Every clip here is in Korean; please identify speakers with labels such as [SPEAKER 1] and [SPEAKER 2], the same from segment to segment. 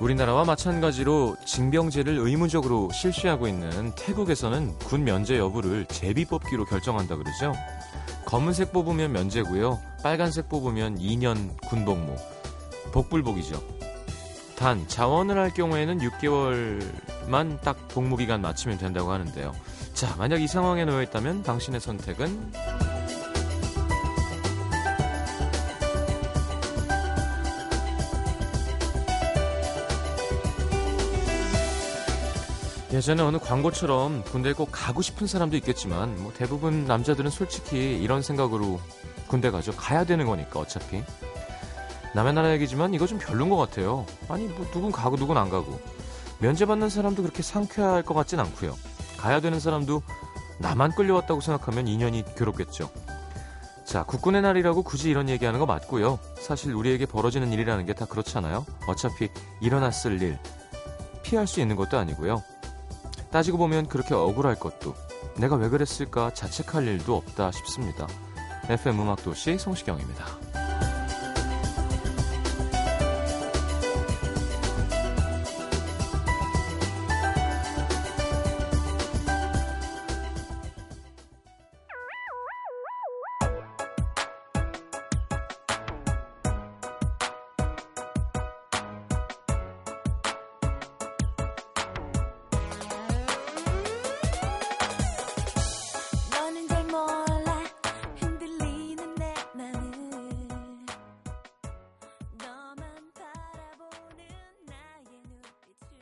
[SPEAKER 1] 우리나라와 마찬가지로 징병제를 의무적으로 실시하고 있는 태국에서는 군 면제 여부를 제비 뽑기로 결정한다 그러죠. 검은색 뽑으면 면제고요. 빨간색 뽑으면 2년 군복무. 복불복이죠. 단 자원을 할 경우에는 6개월만 딱 복무 기간 마치면 된다고 하는데요. 자, 만약 이 상황에 놓여 있다면 당신의 선택은 예전에 어느 광고처럼 군대에 꼭 가고 싶은 사람도 있겠지만 뭐 대부분 남자들은 솔직히 이런 생각으로 군대 가죠. 가야 되는 거니까 어차피. 남의 나라 얘기지만 이거 좀 별론 것 같아요. 아니 뭐 누군 가고 누군 안 가고. 면제받는 사람도 그렇게 상쾌할 것 같진 않고요. 가야 되는 사람도 나만 끌려왔다고 생각하면 인연이 괴롭겠죠. 자, 국군의 날이라고 굳이 이런 얘기하는 거 맞고요. 사실 우리에게 벌어지는 일이라는 게 다 그렇잖아요. 어차피 일어났을 일 피할 수 있는 것도 아니고요. 따지고 보면 그렇게 억울할 것도 내가 왜 그랬을까 자책할 일도 없다 싶습니다. FM 음악도시 성시경입니다.
[SPEAKER 2] 너는 잘 몰라 흔들리는 내 맘을 너만 바라보는 나의 눈빛을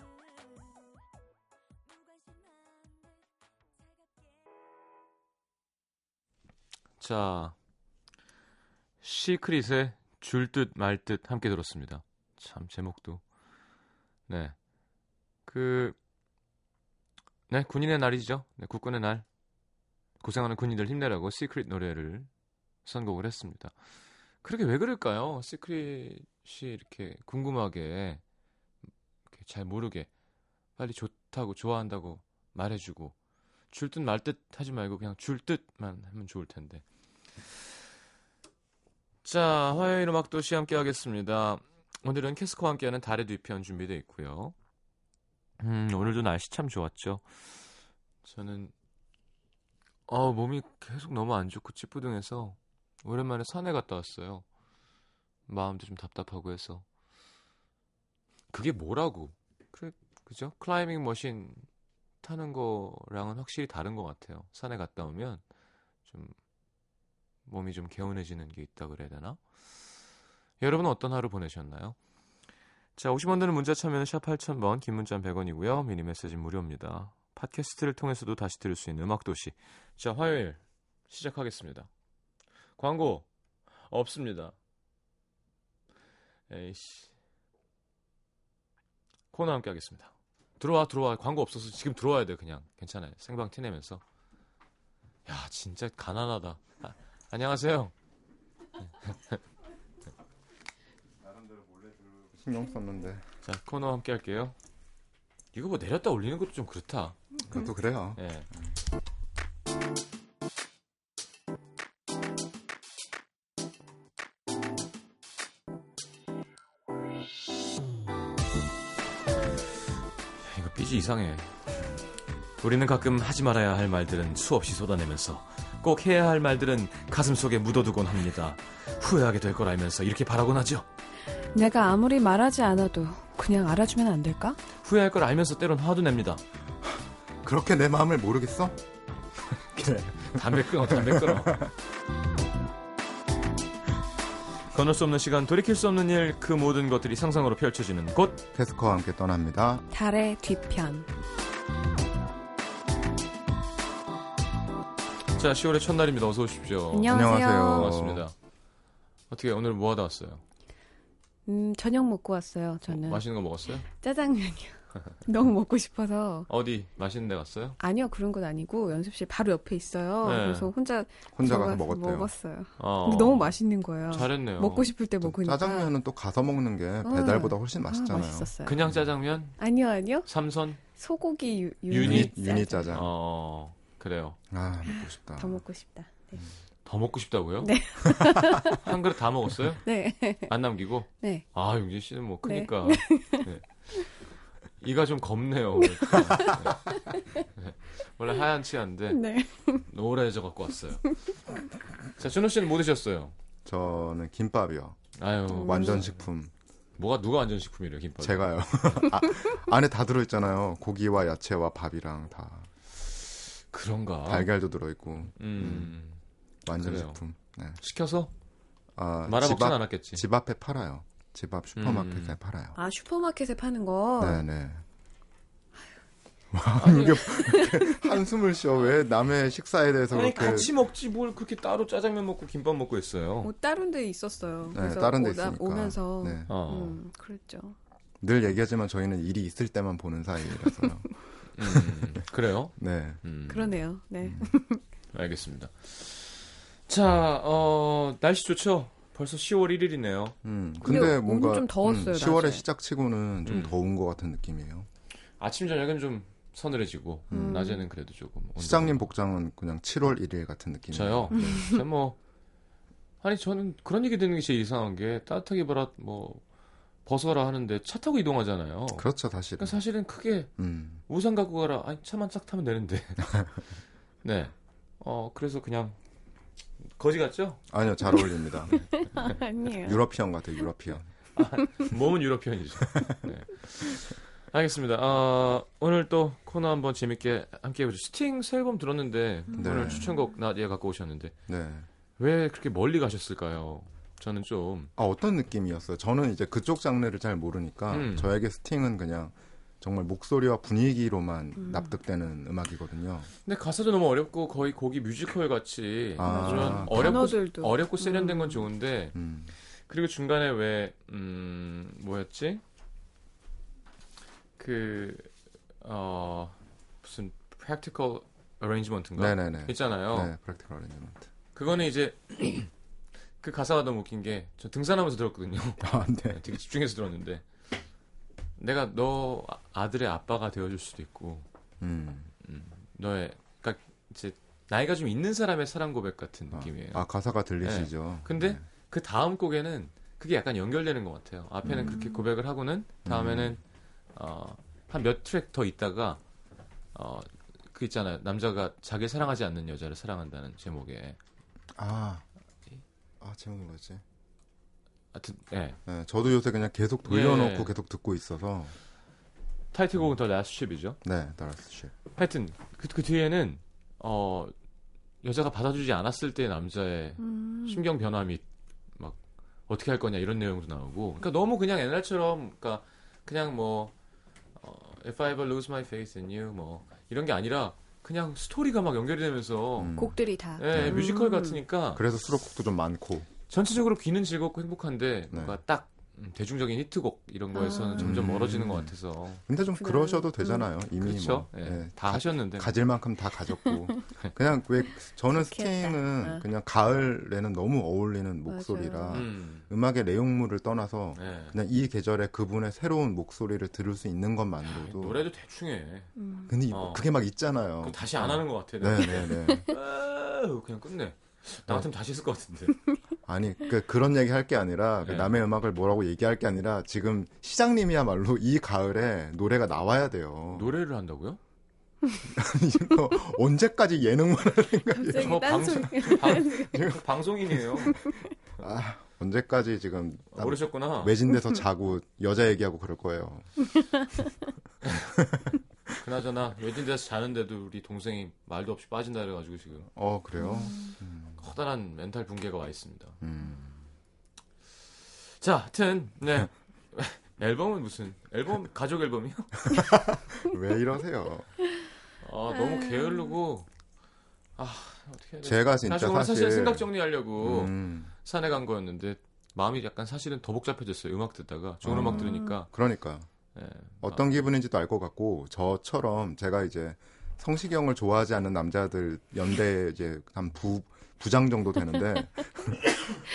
[SPEAKER 2] 무관심한 듯 차갑게
[SPEAKER 1] 자, 시크릿의 줄 듯 말 듯 함께 들었습니다. 참 제목도 네, 그 네, 군인의 날이죠. 네, 국군의 날 고생하는 군인들 힘내라고 시크릿 노래를 선곡을 했습니다. 그렇게 왜 그럴까요? 시크릿이 이렇게 궁금하게 이렇게 잘 모르게 빨리 좋다고 좋아한다고 말해주고 줄 듯 말 듯 하지 말고 그냥 줄 듯만 하면 좋을 텐데. 자, 화요일 음악 도시 함께 하겠습니다. 오늘은 캐스코와 함께하는 달의 뒤편 준비되어 있고요. 음, 오늘도 날씨 참 좋았죠. 저는 어, 몸이 계속 너무 안 좋고 찌뿌둥해서 오랜만에 산에 갔다 왔어요. 마음도 좀 답답하고 해서. 그게 뭐라고? 그래, 그죠? 클라이밍 머신 타는 거랑은 확실히 다른 것 같아요. 산에 갔다 오면 좀 몸이 좀 개운해지는 게 있다 그래야 되나? 여러분은 어떤 하루 보내셨나요? 자, 50원 드는 문자 참여는 샵 8000번, 긴 문자는 100원이고요. 미니 메시지 무료입니다. 팟캐스트를 통해서도 다시 들을 수 있는 음악도시. 자, 화요일 시작하겠습니다. 광고 없습니다. 에이씨. 코너 함께 하겠습니다. 들어와 들어와 광고 없어서 지금 들어와야 돼 그냥 괜찮아요 생방 티내면서 야 진짜 가난하다 아, 안녕하세요
[SPEAKER 3] 신경 썼는데
[SPEAKER 1] 자 코너 함께 할게요 이거 뭐 내렸다 올리는 것도 좀 그렇다
[SPEAKER 3] 그것도 그래요.
[SPEAKER 1] 예. 이거 삐지 이상해. 우리는 가끔 하지 말아야 할 말들은 수없이 쏟아내면서 꼭 해야 할 말들은 가슴 속에 묻어두곤 합니다. 후회하게 될 걸 알면서 이렇게 바라곤 하죠.
[SPEAKER 4] 내가 아무리 말하지 않아도 그냥 알아주면 안 될까?
[SPEAKER 1] 후회할 걸 알면서 때론 화도 냅니다.
[SPEAKER 3] 그렇게 내 마음을 모르겠어?
[SPEAKER 1] 그래. 담배 끊어, 담배 끊어. 건널 수 없는 시간, 돌이킬 수 없는 일, 그 모든 것들이 상상으로 펼쳐지는 곳.
[SPEAKER 3] 캐스커와 함께 떠납니다.
[SPEAKER 4] 달의 뒤편.
[SPEAKER 1] 자, 10월의 첫날입니다. 어서 오십시오.
[SPEAKER 4] 안녕하세요.
[SPEAKER 3] 안녕하세요.
[SPEAKER 1] 반갑습니다. 어떻게 오늘 뭐 하다 왔어요?
[SPEAKER 4] 음, 저녁 먹고 왔어요. 저는
[SPEAKER 1] 맛있는 거 먹었어요?
[SPEAKER 4] 짜장면이요. 너무 먹고 싶어서.
[SPEAKER 1] 어디 맛있는 데 갔어요?
[SPEAKER 4] 아니요, 그런 건 아니고 연습실 바로 옆에 있어요.
[SPEAKER 1] 네.
[SPEAKER 4] 그래서 혼자
[SPEAKER 3] 혼자
[SPEAKER 4] 들어가서
[SPEAKER 3] 가서 먹었대요.
[SPEAKER 4] 먹었어요.
[SPEAKER 1] 어.
[SPEAKER 4] 근데 너무 맛있는 거예요.
[SPEAKER 1] 잘했네요.
[SPEAKER 4] 먹고 싶을 때 먹으니까.
[SPEAKER 3] 짜장면은 또 가서 먹는 게
[SPEAKER 4] 응.
[SPEAKER 3] 배달보다 훨씬
[SPEAKER 4] 아,
[SPEAKER 3] 맛있잖아요.
[SPEAKER 4] 맛있었어요.
[SPEAKER 1] 그냥 짜장면?
[SPEAKER 4] 아니요, 아니요.
[SPEAKER 1] 삼선?
[SPEAKER 4] 소고기 유,
[SPEAKER 1] 유닛?
[SPEAKER 4] 네.
[SPEAKER 3] 유니 짜장.
[SPEAKER 1] 어, 그래요.
[SPEAKER 3] 아 먹고 싶다.
[SPEAKER 4] 더 먹고 싶다. 네.
[SPEAKER 1] 더 먹고 싶다고요?
[SPEAKER 4] 네.
[SPEAKER 1] 한 그릇 다 먹었어요?
[SPEAKER 4] 네.
[SPEAKER 1] 안 남기고?
[SPEAKER 4] 네.
[SPEAKER 1] 아, 용진 씨는 뭐
[SPEAKER 4] 네.
[SPEAKER 1] 크니까. 네. 이가 좀 겁네요. 그러니까. 네. 네. 원래 하얀 치아인데
[SPEAKER 4] 네.
[SPEAKER 1] 노래져 갖고 왔어요. 자, 준호 씨는 뭐 드셨어요?
[SPEAKER 3] 저는 김밥이요.
[SPEAKER 1] 아유,
[SPEAKER 3] 완전 식품.
[SPEAKER 1] 음. 뭐가 누가 완전 식품이래요, 김밥?
[SPEAKER 3] 제가요. 아, 안에 다 들어있잖아요. 고기와 야채와 밥이랑 다.
[SPEAKER 1] 그런가?
[SPEAKER 3] 달걀도 들어있고.
[SPEAKER 1] 음.
[SPEAKER 3] 완전
[SPEAKER 1] 아. 그래요.
[SPEAKER 3] 식품. 네.
[SPEAKER 1] 시켜서
[SPEAKER 3] 아,
[SPEAKER 1] 말아
[SPEAKER 3] 집
[SPEAKER 1] 먹진
[SPEAKER 3] 앞,
[SPEAKER 1] 않았겠지.
[SPEAKER 3] 집 앞에 팔아요. 집 앞 슈퍼마켓에
[SPEAKER 1] 음.
[SPEAKER 3] 팔아요.
[SPEAKER 4] 아, 슈퍼마켓에 파는 거?
[SPEAKER 3] 네네. 이게 뭐 이렇게 한숨을 쉬어 왜 남의 식사에 대해서
[SPEAKER 1] 아니
[SPEAKER 3] 그렇게
[SPEAKER 1] 같이 먹지 뭘 그렇게 따로 짜장면 먹고 김밥 먹고 했어요.
[SPEAKER 4] 뭐 다른 데 있었어요.
[SPEAKER 3] 네,
[SPEAKER 4] 그래서
[SPEAKER 3] 다른 데
[SPEAKER 4] 오다-
[SPEAKER 3] 있으니까
[SPEAKER 4] 오면서
[SPEAKER 3] 네.
[SPEAKER 1] 어.
[SPEAKER 4] 음, 그랬죠.
[SPEAKER 3] 늘 얘기하지만 저희는 일이 있을 때만 보는 사이라서요.
[SPEAKER 1] 음, 그래요?
[SPEAKER 3] 네.
[SPEAKER 1] 음,
[SPEAKER 4] 그러네요. 네.
[SPEAKER 1] 알겠습니다. 자, 어, 날씨 좋죠? 벌써 10월 1일이네요.
[SPEAKER 3] 음,
[SPEAKER 4] 근데
[SPEAKER 3] 근데, 뭔가
[SPEAKER 4] 오늘 좀 더웠어요, 낮에.
[SPEAKER 3] 10월의 시작치고는 좀
[SPEAKER 1] 음.
[SPEAKER 3] 더운 것 같은 느낌이에요.
[SPEAKER 1] 아침 저녁은 좀 서늘해지고
[SPEAKER 4] 음.
[SPEAKER 1] 낮에는 그래도 조금 온도가-
[SPEAKER 3] 시장님 음. 복장은 그냥 7월 1일 같은
[SPEAKER 1] 저요.
[SPEAKER 3] 느낌이에요.
[SPEAKER 1] 저뭐 아니 저는 그런 얘기 듣는 게 제일 이상한 게 따뜻하게 입어라 뭐 벗어라 하는데 차 타고 이동하잖아요. 그러니까
[SPEAKER 3] 그렇죠, 사실은.
[SPEAKER 1] 사실은 크게
[SPEAKER 3] 음.
[SPEAKER 1] 우산 갖고 가라. 아니 차만 싹 타면 되는데. 네. 어 그래서 그냥 거지 같죠?
[SPEAKER 3] 아니요, 잘 어울립니다.
[SPEAKER 4] 아니에요.
[SPEAKER 3] 유러피언 같아요, 유러피언.
[SPEAKER 1] 몸은 유럽편이죠. 네. 알겠습니다. 어, 오늘 또 코너 한번 재밌게 함께 해보죠. 스팅 새 앨범 들었는데
[SPEAKER 3] 네.
[SPEAKER 1] 오늘 추천곡 나디아 갖고 오셨는데
[SPEAKER 3] 네.
[SPEAKER 1] 왜 그렇게 멀리 가셨을까요? 저는 좀
[SPEAKER 3] 아, 어떤 느낌이었어요? 저는 이제 그쪽 장르를 잘 모르니까
[SPEAKER 1] 음.
[SPEAKER 3] 저에게 스팅은 그냥 정말 목소리와 분위기로만
[SPEAKER 4] 음.
[SPEAKER 3] 납득되는 음악이거든요.
[SPEAKER 1] 근데 가사도 너무 어렵고 거의 곡이 뮤지컬 같이
[SPEAKER 3] 아,
[SPEAKER 1] 그런
[SPEAKER 3] 단어들도.
[SPEAKER 1] 어렵고
[SPEAKER 4] 단어들도.
[SPEAKER 1] 어렵고 세련된 건 좋은데
[SPEAKER 3] 음.
[SPEAKER 1] 그리고 중간에 왜, 음, 뭐였지? 그, 어, 무슨, practical arrangement인가?
[SPEAKER 3] 네네네.
[SPEAKER 1] 있잖아요.
[SPEAKER 3] 네, 프랙티컬 어레인지먼트.
[SPEAKER 1] 그거는 이제, 그 가사가 너무 웃긴 게, 저 등산하면서 들었거든요.
[SPEAKER 3] 아, 네.
[SPEAKER 1] 되게 집중해서 들었는데, 내가 너 아- 아들의 아빠가 되어줄 수도 있고,
[SPEAKER 3] 음.
[SPEAKER 1] 너의, 그니까, 이제, 나이가 좀 있는 사람의 사랑 고백 같은
[SPEAKER 3] 아,
[SPEAKER 1] 느낌이에요.
[SPEAKER 3] 아, 가사가 들리시죠?
[SPEAKER 1] 근데
[SPEAKER 3] 네.
[SPEAKER 1] 그 다음 곡에는 그게 약간 연결되는 것 같아요. 앞에는
[SPEAKER 3] 음.
[SPEAKER 1] 그렇게 고백을 하고는 다음에는 어, 한 몇 트랙 더 있다가 어, 그 있잖아요. 남자가 자기 사랑하지 않는 여자를 사랑한다는 제목의
[SPEAKER 3] 아.
[SPEAKER 1] 네.
[SPEAKER 3] 아, 제목이 뭐였지?
[SPEAKER 1] 하여튼 예.
[SPEAKER 3] 네, 저도 요새 그냥 계속 돌려놓고
[SPEAKER 1] 예.
[SPEAKER 3] 계속 듣고 있어서
[SPEAKER 1] 타이틀곡은 더 라스트 쉽이죠.
[SPEAKER 3] 네, 나라스 씨.
[SPEAKER 1] 하여튼 그, 그 뒤에는 어, 여자가 받아주지 않았을 때 남자의
[SPEAKER 4] 음.
[SPEAKER 1] 심경 변화 및 막 어떻게 할 거냐 이런 내용도 나오고 그러니까 너무 그냥 옛날처럼 그러니까 그냥 뭐 어, If I ever lose my face in you 뭐 이런 게 아니라 그냥 스토리가 막 연결이 되면서
[SPEAKER 3] 음.
[SPEAKER 4] 곡들이 다.
[SPEAKER 1] 예,
[SPEAKER 3] 음.
[SPEAKER 1] 뮤지컬 같으니까
[SPEAKER 3] 그래서 수록곡도 좀 많고
[SPEAKER 1] 전체적으로 귀는 즐겁고
[SPEAKER 3] 네.
[SPEAKER 1] 행복한데 뭔가 딱 음, 대중적인 히트곡 이런 거에서는
[SPEAKER 4] 아.
[SPEAKER 1] 점점
[SPEAKER 3] 음.
[SPEAKER 1] 멀어지는 것 같아서
[SPEAKER 3] 근데 좀
[SPEAKER 4] 그래요. 음.
[SPEAKER 3] 그러셔도 되잖아요. 이미
[SPEAKER 1] 그렇죠
[SPEAKER 3] 뭐.
[SPEAKER 1] 예,
[SPEAKER 3] 네,
[SPEAKER 1] 다 하셨는데
[SPEAKER 3] 가질 만큼 다 가졌고 그냥 왜 저는
[SPEAKER 4] 네. 좋겠다.
[SPEAKER 3] 스팅은
[SPEAKER 4] 어.
[SPEAKER 3] 그냥 가을에는 너무 어울리는 목소리라
[SPEAKER 4] 맞아요.
[SPEAKER 1] 음,
[SPEAKER 3] 음악의 내용물을 떠나서
[SPEAKER 1] 예.
[SPEAKER 3] 그냥 이 계절에 그분의 새로운 목소리를 들을 수 있는 것만으로도
[SPEAKER 1] 노래도 대충해
[SPEAKER 4] 음.
[SPEAKER 3] 근데 이-
[SPEAKER 1] 어.
[SPEAKER 3] 그게 막 있잖아요.
[SPEAKER 1] 그럼 다시 안 하는 것 같아 내가.
[SPEAKER 3] 어. 네네네.
[SPEAKER 1] 아우, 그냥 끝내 나 같으면 다시 했을 것 같은데
[SPEAKER 3] 아니 그, 그런 얘기 할 게 아니라 그
[SPEAKER 1] 네.
[SPEAKER 3] 남의 음악을 뭐라고 얘기할 게 아니라 지금 시장님이야말로 이 가을에 노래가 나와야 돼요.
[SPEAKER 1] 노래를 한다고요?
[SPEAKER 3] 이거 언제까지 예능만
[SPEAKER 4] 갑자기
[SPEAKER 1] 저 방송- 아,
[SPEAKER 4] 딴소리.
[SPEAKER 1] 방, 방송인이에요.
[SPEAKER 3] 아, 언제까지 지금 남-
[SPEAKER 1] 아, 모르셨구나.
[SPEAKER 3] 외진데서 자고 여자 얘기하고 그럴 거예요.
[SPEAKER 1] 그나저나 외진 데서 자는데도 우리 동생이 말도 없이 빠진다 그래가지고 지금
[SPEAKER 3] 어 그래요?
[SPEAKER 1] 커다란 멘탈 붕괴가 와 있습니다.
[SPEAKER 3] 음.
[SPEAKER 1] 자, 하여튼 네 앨범은 무슨 앨범 가족 앨범이요?
[SPEAKER 3] 음. 왜 이러세요?
[SPEAKER 1] 아 너무 게으르고 아 어떻게 해야 돼?
[SPEAKER 3] 제가 진짜
[SPEAKER 1] 사실 오늘
[SPEAKER 3] 사실,
[SPEAKER 1] 사실 생각 정리하려고
[SPEAKER 3] 음,
[SPEAKER 1] 산에 간 거였는데 마음이 약간 사실은 더 복잡해졌어요. 음악 듣다가 좋은
[SPEAKER 3] 아.
[SPEAKER 1] 음악 들으니까
[SPEAKER 3] 그러니까
[SPEAKER 1] 예.
[SPEAKER 3] 어떤 기분인지도 알 것 같고 저처럼 제가 이제 성시경을 좋아하지 않는 남자들 연대 이제 한 부 부장 정도 되는데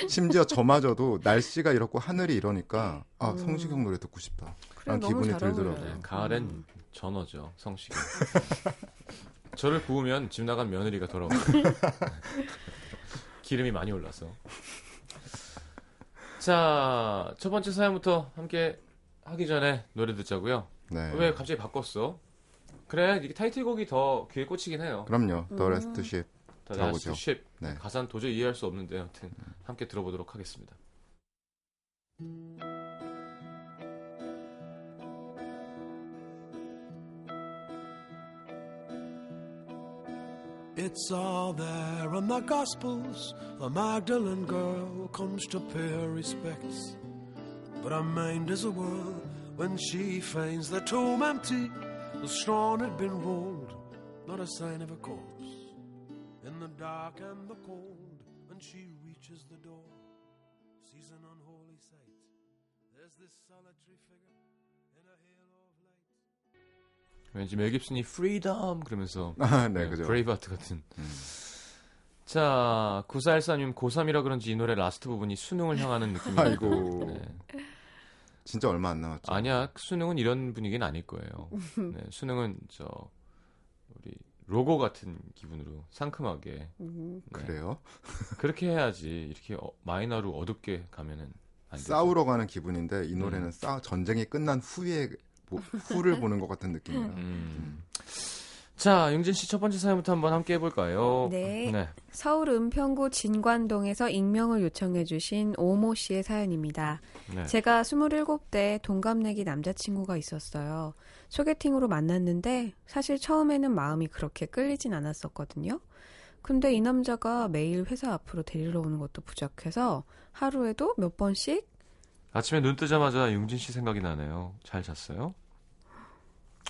[SPEAKER 3] 심지어 저마저도 날씨가 이렇고 하늘이 이러니까 아 성시경 노래 듣고 싶다.
[SPEAKER 4] 그래,
[SPEAKER 3] 난
[SPEAKER 4] 너무
[SPEAKER 3] 기분이
[SPEAKER 4] 잘 어울려요. 음,
[SPEAKER 3] 들더라고요. 음.
[SPEAKER 1] 네, 가을엔 전어죠 성식. 저를 구우면 집 나간 며느리가 돌아와요. 기름이 많이 올라서. 자, 첫 번째 사연부터 함께 하기 전에 노래 듣자고요.
[SPEAKER 3] 네.
[SPEAKER 1] 왜 갑자기 바꿨어? 그래, 이게 타이틀곡이 더 귀에 꽂히긴 해요.
[SPEAKER 3] 그럼요. 더
[SPEAKER 4] 음.
[SPEAKER 3] 레스트 시
[SPEAKER 1] 더
[SPEAKER 3] 들어보죠.
[SPEAKER 1] 라스트 쉽.
[SPEAKER 3] 네.
[SPEAKER 1] 가사는 도저히 이해할 수 없는데 여튼 함께 들어보도록 하겠습니다.
[SPEAKER 5] It's all there in the Gospels. The Magdalene girl comes to pay her respects. But her mind is a whirl when she finds the tomb empty. The stone had been rolled, not a sign of a corpse. In the dark and the cold, when she reaches the door, sees an unholy sight. There's this solitary figure in a halo of light.
[SPEAKER 1] 왠지 멜 깁슨이 프리덤 그러면서
[SPEAKER 3] 아, 네, 그죠. 음.
[SPEAKER 1] 브레이브하트 같은. 자, 9414님 고3이라 그런지 이 노래 라스트 부분이 수능을 향하는 느낌이
[SPEAKER 3] 아이고.
[SPEAKER 1] 네.
[SPEAKER 3] 진짜 얼마 안 남았죠.
[SPEAKER 1] 아니야 네. 수능은 이런 분위기는 아닐 거예요. 네, 수능은 저 우리 로고 같은 기분으로 상큼하게 네,
[SPEAKER 4] 음.
[SPEAKER 3] 그래요?
[SPEAKER 1] 그렇게 해야지 이렇게 어- 마이너로 어둡게 가면은 안 되죠.
[SPEAKER 3] 싸우러 가는 기분인데
[SPEAKER 1] 음.
[SPEAKER 3] 이 노래는 싸 전쟁이 끝난 후에 보- 후를 보는 것 같은 느낌이에요.
[SPEAKER 1] 음. 자, 용진 씨 첫 번째 사연부터 한번 함께 해볼까요?
[SPEAKER 4] 네. 서울 은평구 진관동에서 익명을 요청해주신 오모 씨의 사연입니다.
[SPEAKER 1] 네.
[SPEAKER 4] 제가 27대 동갑내기 남자친구가 있었어요. 소개팅으로 만났는데 사실 처음에는 마음이 그렇게 끌리진 않았었거든요. 근데 이 남자가 매일 회사 앞으로 데리러 오는 것도 부족해서 하루에도 몇 번씩
[SPEAKER 1] 아침에 눈 뜨자마자 용진 씨 생각이 나네요. 잘 잤어요?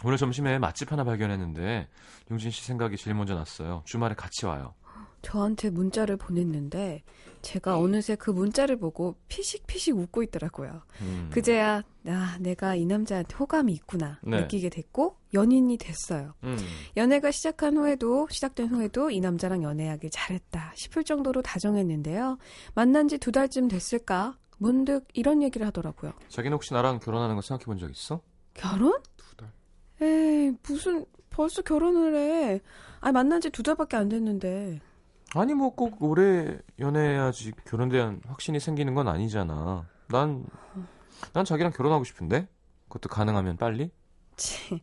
[SPEAKER 1] 오늘 점심에 맛집 하나 발견했는데 용진 씨 생각이 제일 먼저 났어요. 주말에 같이 와요.
[SPEAKER 4] 저한테 문자를 보냈는데 제가 어느새 그 문자를 보고 피식피식 웃고 있더라고요.
[SPEAKER 1] 음.
[SPEAKER 4] 그제야 아, 내가 이 남자한테 호감이 있구나
[SPEAKER 1] 네.
[SPEAKER 4] 느끼게 됐고 연인이 됐어요.
[SPEAKER 1] 음.
[SPEAKER 4] 연애가 시작한 후에도 시작된 후에도 이 남자랑 연애하길 잘했다 싶을 정도로 다정했는데요. 만난 지 두 달쯤 됐을까 문득 이런 얘기를 하더라고요.
[SPEAKER 1] 자기는 혹시 나랑 결혼하는 거 생각해 본 적 있어?
[SPEAKER 4] 결혼?
[SPEAKER 3] 두 달.
[SPEAKER 4] 에이 무슨 벌써 결혼을 해? 아 만난 지 두 달밖에 안 됐는데
[SPEAKER 1] 아니 뭐 꼭 오래 연애해야지 결혼에 대한 확신이 생기는 건 아니잖아. 난, 난 자기랑 결혼하고 싶은데? 그것도 가능하면 빨리?
[SPEAKER 4] 치,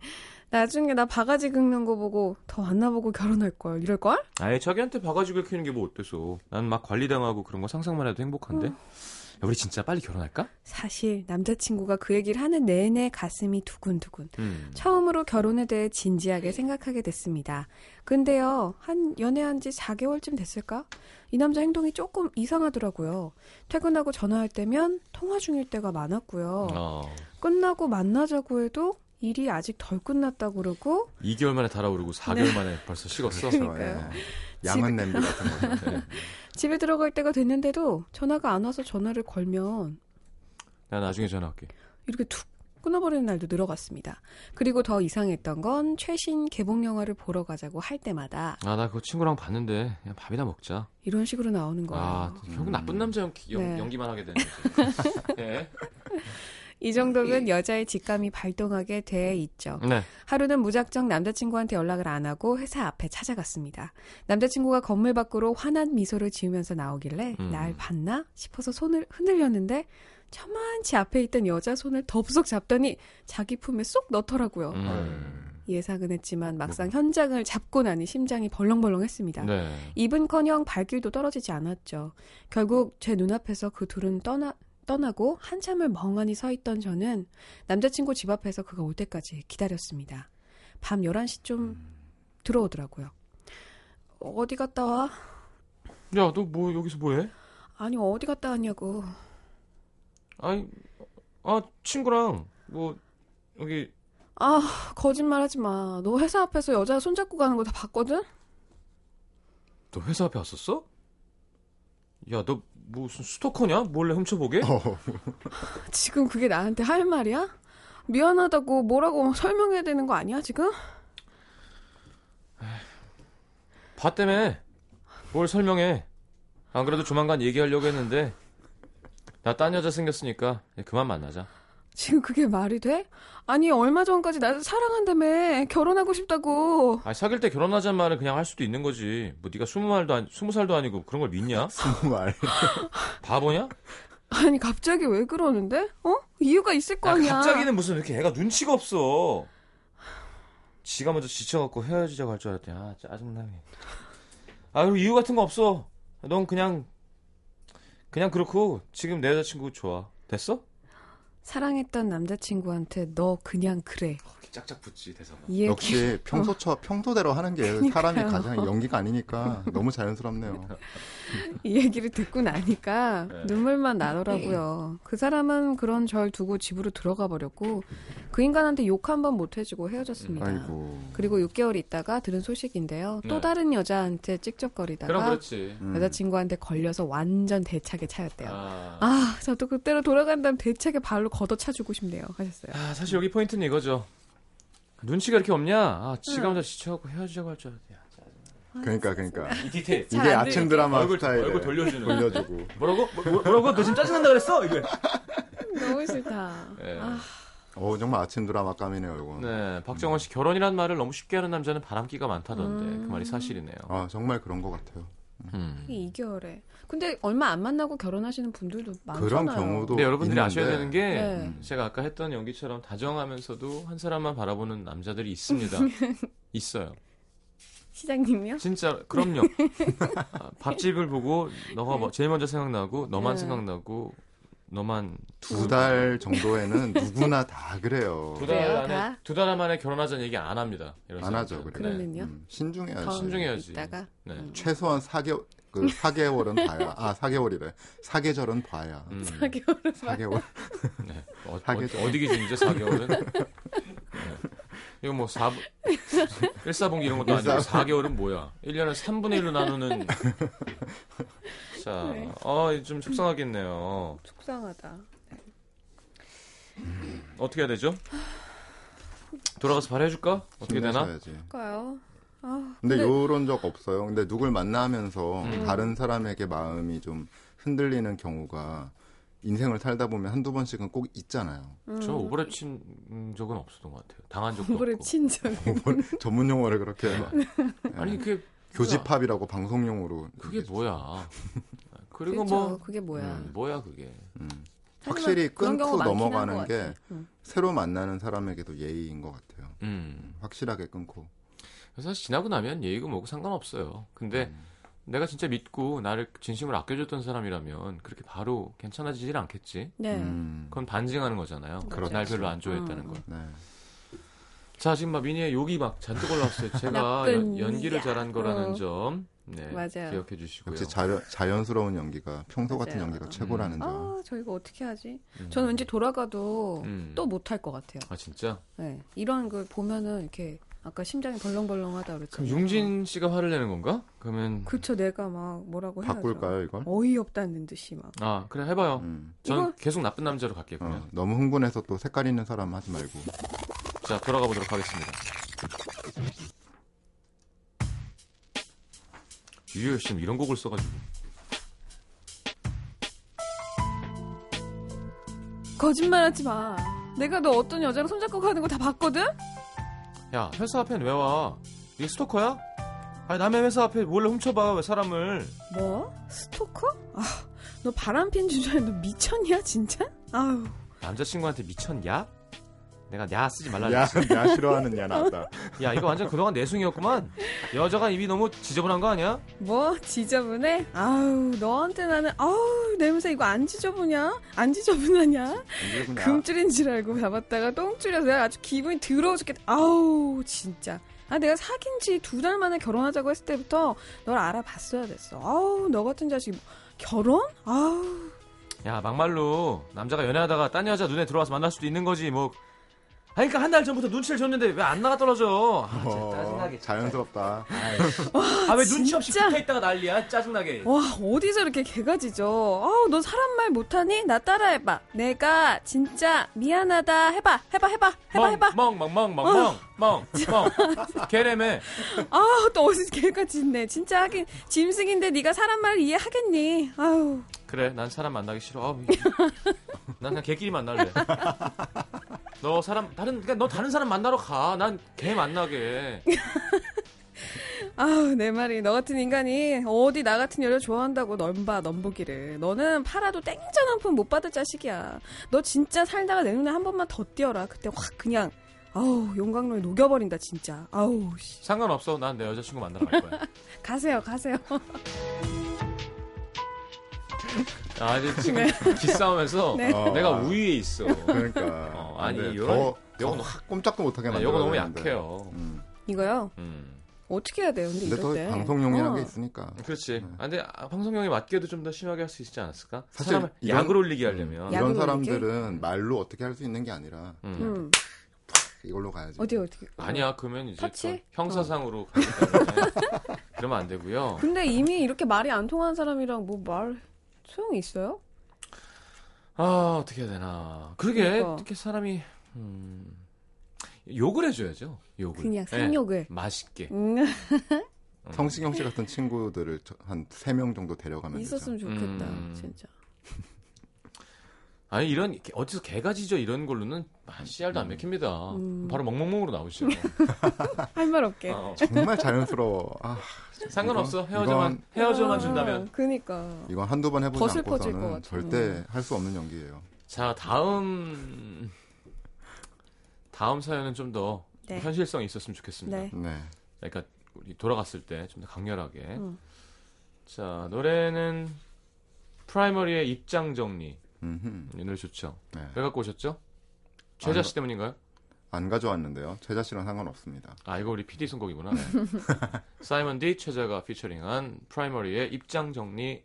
[SPEAKER 4] 나중에 나 바가지 긁는 거 보고 더 만나보고 결혼할 걸 이럴 걸?
[SPEAKER 1] 아예 자기한테 바가지를 키우는 게 뭐 어때서? 난 막 관리당하고 그런 거 상상만 해도
[SPEAKER 4] 어.
[SPEAKER 1] 행복한데? 야, 우리 진짜 빨리 결혼할까?
[SPEAKER 4] 사실 남자친구가 그 얘기를 하는 내내 가슴이 두근두근.
[SPEAKER 1] 음.
[SPEAKER 4] 처음으로 결혼에 대해 진지하게 생각하게 됐습니다. 근데요, 한 연애한 지 4개월쯤 됐을까? 이 남자 행동이 조금 이상하더라고요. 퇴근하고 전화할 때면 통화 중일 때가 많았고요.
[SPEAKER 1] 어.
[SPEAKER 4] 끝나고 만나자고 해도 일이 아직 덜 끝났다고 그러고
[SPEAKER 1] 2개월 만에 달아오르고 4개월 만에 벌써 식었어.
[SPEAKER 3] 그래서,
[SPEAKER 4] 네. 그러니까요.
[SPEAKER 3] 예. 양은 냄비 같은 거죠.
[SPEAKER 1] 네.
[SPEAKER 4] 집에 들어갈 때가 됐는데도 전화가 안 와서 전화를 걸면
[SPEAKER 1] 나 나중에 전화할게.
[SPEAKER 4] 이렇게 툭 끊어버리는 날도 늘어갔습니다. 그리고 더 이상했던 건 최신 개봉 영화를 보러 가자고 할 때마다
[SPEAKER 1] 아, 나 그거 친구랑 봤는데 그냥 밥이나 먹자.
[SPEAKER 4] 이런 식으로 나오는 거예요.
[SPEAKER 1] 아, 결국
[SPEAKER 3] 음.
[SPEAKER 1] 나쁜 남자 연기, 연,
[SPEAKER 4] 네.
[SPEAKER 1] 연기만 하게 되는 거지. 네.
[SPEAKER 4] 이
[SPEAKER 1] 예.
[SPEAKER 4] 정도면 여자의 직감이 발동하게 돼 있죠.
[SPEAKER 1] 네.
[SPEAKER 4] 하루는 무작정 남자친구한테 연락을 안 하고 회사 앞에 찾아갔습니다. 남자친구가 건물 밖으로 환한 미소를 지으면서 나오길래
[SPEAKER 1] 음.
[SPEAKER 4] 날 봤나 싶어서 손을 흔들렸는데 저만치 앞에 있던 여자 손을 덥석 잡더니 자기 품에 쏙 넣더라고요. 어,
[SPEAKER 1] 음.
[SPEAKER 4] 예상은 했지만 막상 현장을 잡고 나니 심장이 벌렁벌렁했습니다.
[SPEAKER 1] 네.
[SPEAKER 4] 입은커녕 발길도 떨어지지 않았죠. 결국 제 눈앞에서 그 둘은 떠나 떠나고 한참을 멍하니 서 있던 저는 남자친구 집 앞에서 그가 올 때까지 기다렸습니다. 밤 11시쯤 들어오더라고요. 어디 갔다 와?
[SPEAKER 1] 야, 너 뭐 여기서 뭐 해?
[SPEAKER 4] 아니, 어디 갔다 왔냐고.
[SPEAKER 1] 아니, 아, 친구랑 뭐 여기
[SPEAKER 4] 아, 거짓말 하지 마. 너 회사 앞에서 여자 손잡고 가는 거 다 봤거든?
[SPEAKER 1] 너 회사 앞에 왔었어? 야, 너 무슨 스토커냐? 몰래 훔쳐보게?
[SPEAKER 3] 어,
[SPEAKER 4] 지금 그게 나한테 할 말이야? 미안하다고 뭐라고 설명해야 되는 거 아니야, 지금?
[SPEAKER 1] 봤다며. 뭘 설명해. 안 그래도 조만간 얘기하려고 했는데 나 딴 여자 생겼으니까 그만 만나자.
[SPEAKER 4] 지금 그게 말이 돼? 아니 얼마 전까지 나 사랑한다며 결혼하고 싶다고
[SPEAKER 1] 아 사귈 때 결혼하자는 말을 그냥 할 수도 있는 거지. 뭐 네가 스무 말도 아니, 스무 살도 아니고 그런 걸 믿냐?
[SPEAKER 3] 정말.
[SPEAKER 1] 바보냐?
[SPEAKER 4] 아니 갑자기 왜 그러는데? 어? 이유가 있을 거 아니야
[SPEAKER 1] 갑자기는 무슨 이렇게 애가 눈치가 없어. 지가 먼저 지쳐갖고 헤어지자고 할 줄 알았더니 아 짜증나네. 아 그리고 이유 같은 거 없어. 넌 그냥 그냥 그렇고 지금 내 여자친구 좋아. 됐어? 뭐-
[SPEAKER 4] 사랑했던 남자친구한테 너 그냥 그래
[SPEAKER 1] 그렇게 아, 짝짝 붙지 대사가.
[SPEAKER 4] 이해
[SPEAKER 3] 역시 평소처 평소대로 하는 게 사람이
[SPEAKER 4] 어. 그러니까요.
[SPEAKER 3] 가장 연기가 아니니까 너무 자연스럽네요.
[SPEAKER 4] 이 얘기를 듣고 나니까
[SPEAKER 1] 네.
[SPEAKER 4] 눈물만 나더라고요. 그 사람은 그런 절 두고 집으로 들어가 버렸고 그 인간한테 욕 한 번 못 해주고 헤어졌습니다.
[SPEAKER 3] 아이고.
[SPEAKER 4] 그리고 6개월 있다가 들은 소식인데요. 또
[SPEAKER 1] 네.
[SPEAKER 4] 다른 여자한테
[SPEAKER 1] 그럼
[SPEAKER 4] 찍적거리다가
[SPEAKER 1] 그렇지.
[SPEAKER 3] 음.
[SPEAKER 4] 여자친구한테 걸려서 완전 대차게 차였대요. 아,
[SPEAKER 1] 아.
[SPEAKER 4] 저도 그때로 돌아간다면 대차게 발로 걷어차주고 싶네요. 하셨어요.
[SPEAKER 1] 아, 사실 여기 포인트는 이거죠. 눈치가 이렇게 없냐? 아, 지가 혼자 지쳐갖고 헤어지자고 할 줄 알았냐.
[SPEAKER 3] 그러니까 그러니까
[SPEAKER 1] 이 디테일.
[SPEAKER 4] 잘
[SPEAKER 3] 이게
[SPEAKER 4] 안 들리게.
[SPEAKER 3] 아침 드라마
[SPEAKER 1] 얼굴,
[SPEAKER 3] 스타일
[SPEAKER 1] 얼굴 돌려주는.
[SPEAKER 3] 돌려주고
[SPEAKER 1] 뭐라고? 뭐, 라고너 지금 짜증난다 그랬어? 이거.
[SPEAKER 4] 음, 너무 싫다.
[SPEAKER 1] 네.
[SPEAKER 4] 아,
[SPEAKER 3] 어 정말 아침 드라마 까미네요 이거.
[SPEAKER 1] 네, 박정원 씨 결혼이란 말을 너무 쉽게 하는 남자는 바람기가 많다던데 그 말이 사실이네요.
[SPEAKER 3] 아 정말 그런 것 같아요.
[SPEAKER 1] 음.
[SPEAKER 4] 2개월에. 근데 얼마 안 만나고 결혼하시는 분들도 많잖아요.
[SPEAKER 3] 그런 경우도
[SPEAKER 1] 근데 여러분들이
[SPEAKER 3] 있는데,
[SPEAKER 1] 아셔야 되는 게 음,
[SPEAKER 4] 네.
[SPEAKER 1] 제가 아까 했던 연기처럼 다정하면서도 한 사람만 바라보는 남자들이 있습니다. 있어요.
[SPEAKER 4] 시장님이요?
[SPEAKER 1] 진짜 그럼요. 아, 밥집을 보고 너가 뭐- 제일 먼저 생각나고 너만
[SPEAKER 4] 네.
[SPEAKER 1] 생각나고 너만
[SPEAKER 3] 두 달 정도에는 누구나 다 그래요.
[SPEAKER 1] 두 달
[SPEAKER 4] 그래요,
[SPEAKER 1] 안에
[SPEAKER 4] 다?
[SPEAKER 1] 두 달 만에 결혼하자는 얘기 안 합니다. 이런
[SPEAKER 3] 안 하죠.
[SPEAKER 1] 사람들은.
[SPEAKER 3] 그래.
[SPEAKER 1] 네.
[SPEAKER 4] 그러면요?
[SPEAKER 3] 음, 아, 신중해야지.
[SPEAKER 4] 더
[SPEAKER 1] 신중해야지.
[SPEAKER 4] 있다가
[SPEAKER 1] 네.
[SPEAKER 3] 최소한 4개월 그 4개월은 봐야. 아 4개월이래. 4계절은 봐야.
[SPEAKER 1] 음.
[SPEAKER 4] 아, 4개월은
[SPEAKER 3] 4개월.
[SPEAKER 1] 네. 어,
[SPEAKER 3] 사계절.
[SPEAKER 1] 디 기준이죠? 4개월은? 네. 이거 뭐 4, 1사분기 이런 것도 아니고 4개월은 뭐야? 1년을 3분의 1로 나누는 자,
[SPEAKER 4] 네.
[SPEAKER 1] 아, 좀 속상하겠네요.
[SPEAKER 4] 속상하다.
[SPEAKER 1] 어떻게 해야 되죠? 돌아가서 발해줄까? 어떻게 되나?
[SPEAKER 3] 힘내셔야지.
[SPEAKER 4] 할까요? 아,
[SPEAKER 3] 근데
[SPEAKER 4] 근데-
[SPEAKER 3] 요런 적 없어요. 근데 누굴 만나면서
[SPEAKER 1] 음.
[SPEAKER 3] 다른 사람에게 마음이 좀 흔들리는 경우가 인생을 살다 보면 한두 번씩은 꼭 있잖아요.
[SPEAKER 4] 음,
[SPEAKER 1] 저 오버랩 친 적은 없었던 것 같아요. 당한 적도
[SPEAKER 4] 오버랩
[SPEAKER 1] 없고.
[SPEAKER 4] 친절.
[SPEAKER 3] 뭐 전문 용어를 그렇게 해서.
[SPEAKER 4] 네.
[SPEAKER 1] 아니, 그게
[SPEAKER 3] 음. 교집합이라고 방송용으로
[SPEAKER 1] 그게
[SPEAKER 3] 얘기했어요.
[SPEAKER 1] 뭐야? 그리고
[SPEAKER 4] 그죠?
[SPEAKER 1] 뭐
[SPEAKER 4] 그게 뭐야?
[SPEAKER 1] 음, 뭐야 그게?
[SPEAKER 3] 음.
[SPEAKER 4] 하지만
[SPEAKER 3] 확실히
[SPEAKER 4] 그런
[SPEAKER 3] 끊고
[SPEAKER 4] 경우가 많긴
[SPEAKER 3] 넘어가는
[SPEAKER 4] 한것
[SPEAKER 3] 게
[SPEAKER 4] 같아. 음.
[SPEAKER 3] 새로 만나는 사람에게도 예의인 것 같아요.
[SPEAKER 1] 음.
[SPEAKER 3] 확실하게 끊고.
[SPEAKER 1] 그래서 사실 지나고 나면 예의고 뭐고 상관없어요. 근데
[SPEAKER 3] 음.
[SPEAKER 1] 내가 진짜 믿고 나를 진심으로 아껴줬던 사람이라면 그렇게 바로 괜찮아지질 않겠지.
[SPEAKER 4] 네.
[SPEAKER 3] 음.
[SPEAKER 1] 그건 반증하는 거잖아요.
[SPEAKER 4] 그렇죠.
[SPEAKER 1] 날 별로 안 좋아했다는
[SPEAKER 4] 음.
[SPEAKER 1] 걸.
[SPEAKER 3] 네.
[SPEAKER 1] 자 지금 막 미니의 욕이 막 잔뜩 올라왔어요. 제가
[SPEAKER 4] 나쁜
[SPEAKER 1] 연, 연기를
[SPEAKER 4] 이야.
[SPEAKER 1] 잘한 거라는
[SPEAKER 4] 어.
[SPEAKER 1] 점, 네,
[SPEAKER 4] 맞아요.
[SPEAKER 1] 기억해 주시고요.
[SPEAKER 3] 역시 자연, 자연스러운 연기가 평소 같은
[SPEAKER 4] 맞아요.
[SPEAKER 3] 연기가 최고라는 점.
[SPEAKER 4] 아, 저 이거 어떻게 하지?
[SPEAKER 1] 음.
[SPEAKER 4] 저는 왠지 돌아가도
[SPEAKER 1] 음.
[SPEAKER 4] 또 뭐- 못할 것 같아요.
[SPEAKER 1] 아 진짜?
[SPEAKER 4] 네. 이런 걸 보면은 이렇게 아까 심장이 벌렁벌렁하다
[SPEAKER 1] 그럼
[SPEAKER 4] 그랬잖아요.
[SPEAKER 1] 융진 씨가 화를 내는 건가? 그러면
[SPEAKER 4] 그쵸, 내가 막 뭐라고 해야죠.
[SPEAKER 3] 바꿀까요 이걸?
[SPEAKER 4] 어이없다는 듯이 막.
[SPEAKER 1] 아 그래 해봐요.
[SPEAKER 3] 음.
[SPEAKER 1] 저는
[SPEAKER 4] 이거-
[SPEAKER 1] 계속 나쁜 남자로 갈게요. 그냥.
[SPEAKER 3] 어, 너무 흥분해서 또 색깔 있는 사람 하지 말고.
[SPEAKER 1] 자 돌아가 보도록 하겠습니다. 유열 씨는 이런 곡을 써가지고.
[SPEAKER 4] 거짓말하지 마. 내가 너 어떤 여자랑 손잡고 가는 거 다 봤거든?
[SPEAKER 1] 야 회사 앞엔 왜 와? 이게 스토커야? 아니 남의 회사 앞에 몰래 훔쳐봐 왜 사람을?
[SPEAKER 4] 뭐? 스토커? 아, 너 바람핀 주자에 너 미쳤냐 진짜? 아유.
[SPEAKER 1] 남자친구한테 미쳤냐? 내가 야 쓰지 말라
[SPEAKER 3] 야,
[SPEAKER 1] 그랬지.
[SPEAKER 3] 야 싫어하는 야 나왔다.
[SPEAKER 1] 야 이거 완전 그동안 내숭이었구만. 여자가 입이 너무 지저분한 거 아니야?
[SPEAKER 4] 뭐 지저분해? 아우 너한테 나는 아우 냄새 이거 안 지저분냐? 안 지저분하냐?
[SPEAKER 3] 이제 그냥
[SPEAKER 4] 금줄인 줄 알고 잡았다가 똥줄여서 내가 아주 기분이 더러워 죽겠다. 아우 진짜. 아 내가 사귄 지 두 달 만에 결혼하자고 했을 때부터 널 알아봤어야 됐어. 아우 너 같은 자식 결혼? 아우
[SPEAKER 1] 야 막말로 남자가 연애하다가 딴 여자 눈에 들어와서 만날 수도 있는 거지 뭐 아니, 그러니까 한 달 전부터 눈치를 줬는데 왜 안 나가 떨어져? 아, 진짜
[SPEAKER 3] 어,
[SPEAKER 1] 짜증나게. 진짜.
[SPEAKER 3] 자연스럽다. 어,
[SPEAKER 1] 아, 왜 눈치 없이
[SPEAKER 4] 진짜.
[SPEAKER 1] 붙어 있다가 난리야? 짜증나게.
[SPEAKER 4] 와 어디서 이렇게 개가지죠? 아우 너 사람 말 못하니? 나 따라해봐. 내가 진짜 미안하다 해봐 해봐 해봐 해봐 해봐. 어.
[SPEAKER 1] 멍멍멍멍멍멍 개래매
[SPEAKER 4] 아또 어디서 개가지네. 진짜 하긴 짐승인데 네가 사람 말 이해하겠니? 아유
[SPEAKER 1] 그래 난 사람 만나기 싫어 아우, 이- 난 그냥 개끼리 만날래 너 사람 다른 그러니까 너 다른 사람 만나러 가 난 개 만나게
[SPEAKER 4] 아우 내 말이 너 같은 인간이 어디 나 같은 여자 좋아한다고 넘봐 넘보기를. 너는 팔아도 땡전 한 푼 못 받을 자식이야. 너 진짜 살다가 내 눈에 한 번만 더 띄어라. 그때 확 그냥 아우 용광로에 녹여버린다 진짜. 아우 씨.
[SPEAKER 1] 상관없어 난 내 여자친구 만나러 갈 거야
[SPEAKER 4] 가세요 가세요.
[SPEAKER 1] 아 이제 지금 기싸움에서
[SPEAKER 4] 네.
[SPEAKER 3] 어.
[SPEAKER 1] 내가 우위에 있어
[SPEAKER 3] 그러니까.
[SPEAKER 1] 어, 아니,
[SPEAKER 3] 근데
[SPEAKER 1] 요런-
[SPEAKER 3] 더,
[SPEAKER 1] 요건
[SPEAKER 3] 더 확 꼼짝도 못하게
[SPEAKER 1] 나
[SPEAKER 3] 만들어.
[SPEAKER 1] 요거 너무 약해요
[SPEAKER 3] 음.
[SPEAKER 4] 이거요.
[SPEAKER 1] 음
[SPEAKER 4] 어떻게 해야 돼요? 근데
[SPEAKER 3] 근데
[SPEAKER 4] 이럴
[SPEAKER 3] 또
[SPEAKER 4] 때
[SPEAKER 3] 방송용이라는
[SPEAKER 4] 어.
[SPEAKER 3] 게 있으니까.
[SPEAKER 1] 그렇지 아, 근데 아, 방송용에 맞게도 좀 더 심하게 할 수 있지 않았을까
[SPEAKER 3] 네. 사실
[SPEAKER 1] 사람을
[SPEAKER 3] 이런-
[SPEAKER 1] 약을 올리게 하려면
[SPEAKER 4] 야-
[SPEAKER 3] 이런
[SPEAKER 4] 약으로
[SPEAKER 3] 사람들은 말로 어떻게 할 수 있는 게 아니라
[SPEAKER 1] 음.
[SPEAKER 4] 음.
[SPEAKER 3] 이걸로 가야지.
[SPEAKER 4] 어디 어떻게?
[SPEAKER 1] 아니야 그러면 이제
[SPEAKER 4] 터치? 어.
[SPEAKER 1] 또 형사상으로 가기 때문에 그러면 안 되고요
[SPEAKER 4] 근데 이미 이렇게 말이 안 통하는 사람이랑 뭐 말 소용이 있어요?
[SPEAKER 1] 아 어떻게 해야 되나 그러게
[SPEAKER 4] 그러니까.
[SPEAKER 1] 어떻게 사람이 음, 욕을 해줘야죠
[SPEAKER 3] 뭐,
[SPEAKER 1] 욕을
[SPEAKER 4] 그냥
[SPEAKER 1] 예,
[SPEAKER 4] 상욕을.
[SPEAKER 1] 맛있게
[SPEAKER 4] 음,
[SPEAKER 1] 음.
[SPEAKER 3] 성시경 씨 같은 친구들을 한 세 명 정도 데려가면
[SPEAKER 4] 음, 있었으면 좋겠다.
[SPEAKER 1] 음.
[SPEAKER 4] 진짜.
[SPEAKER 1] 아니 이런 개- 어디서 개가지죠 이런 걸로는 아, 씨알도 안 맥힙니다
[SPEAKER 4] 음.
[SPEAKER 1] 바로 멍멍멍으로 나오죠
[SPEAKER 4] 할 말 없게.
[SPEAKER 1] 어,
[SPEAKER 3] 되죠. 정말 자연스러워. 아,
[SPEAKER 1] 상관없어
[SPEAKER 3] 이건-
[SPEAKER 1] 헤어져만 헤어져만 준다면
[SPEAKER 4] 아, 그니까.
[SPEAKER 3] 이건 한두 번 해보지
[SPEAKER 4] 더 슬퍼질 것
[SPEAKER 3] 않고서는
[SPEAKER 4] 같아.
[SPEAKER 3] 절대 할 수 없는 연기예요.
[SPEAKER 1] 자 다음 다음 사연은 좀 더
[SPEAKER 4] 네.
[SPEAKER 1] 현실성이 있었으면 좋겠습니다
[SPEAKER 4] 네.
[SPEAKER 3] 네.
[SPEAKER 1] 그러니까 우리 돌아갔을 때 좀 더 강렬하게.
[SPEAKER 4] 음.
[SPEAKER 1] 자 노래는 프라이머리의 입장 정리
[SPEAKER 3] 음흠.
[SPEAKER 1] 이 노래 좋죠.
[SPEAKER 3] 네.
[SPEAKER 1] 왜 갖고 오셨죠? 최자 씨 때문인가요?
[SPEAKER 3] 안 가져왔는데요. 최자 씨랑 상관없습니다.
[SPEAKER 1] 아 이거 우리 PD 선곡이구나. 사이먼 D 최자가 피처링한 프라이머리의 입장 정리.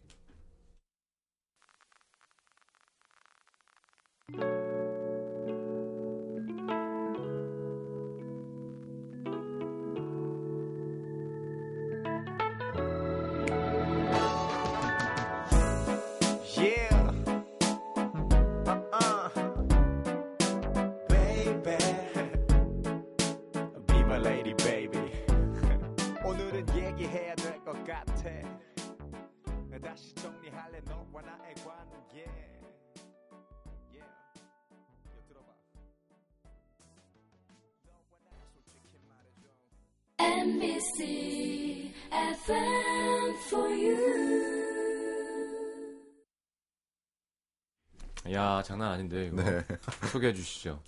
[SPEAKER 6] Yeah. Uh-uh. Baby. Be my lady, baby. 오늘은 얘기해야 될 것 같아. 다시 정리할래 너와 나의 관계. Yeah. 이거 들어봐. 너와 나 솔직히 말해줘.
[SPEAKER 2] NBC FM for you.
[SPEAKER 1] 야 장난 아닌데 이거
[SPEAKER 3] 네.
[SPEAKER 1] 소개해 주시죠.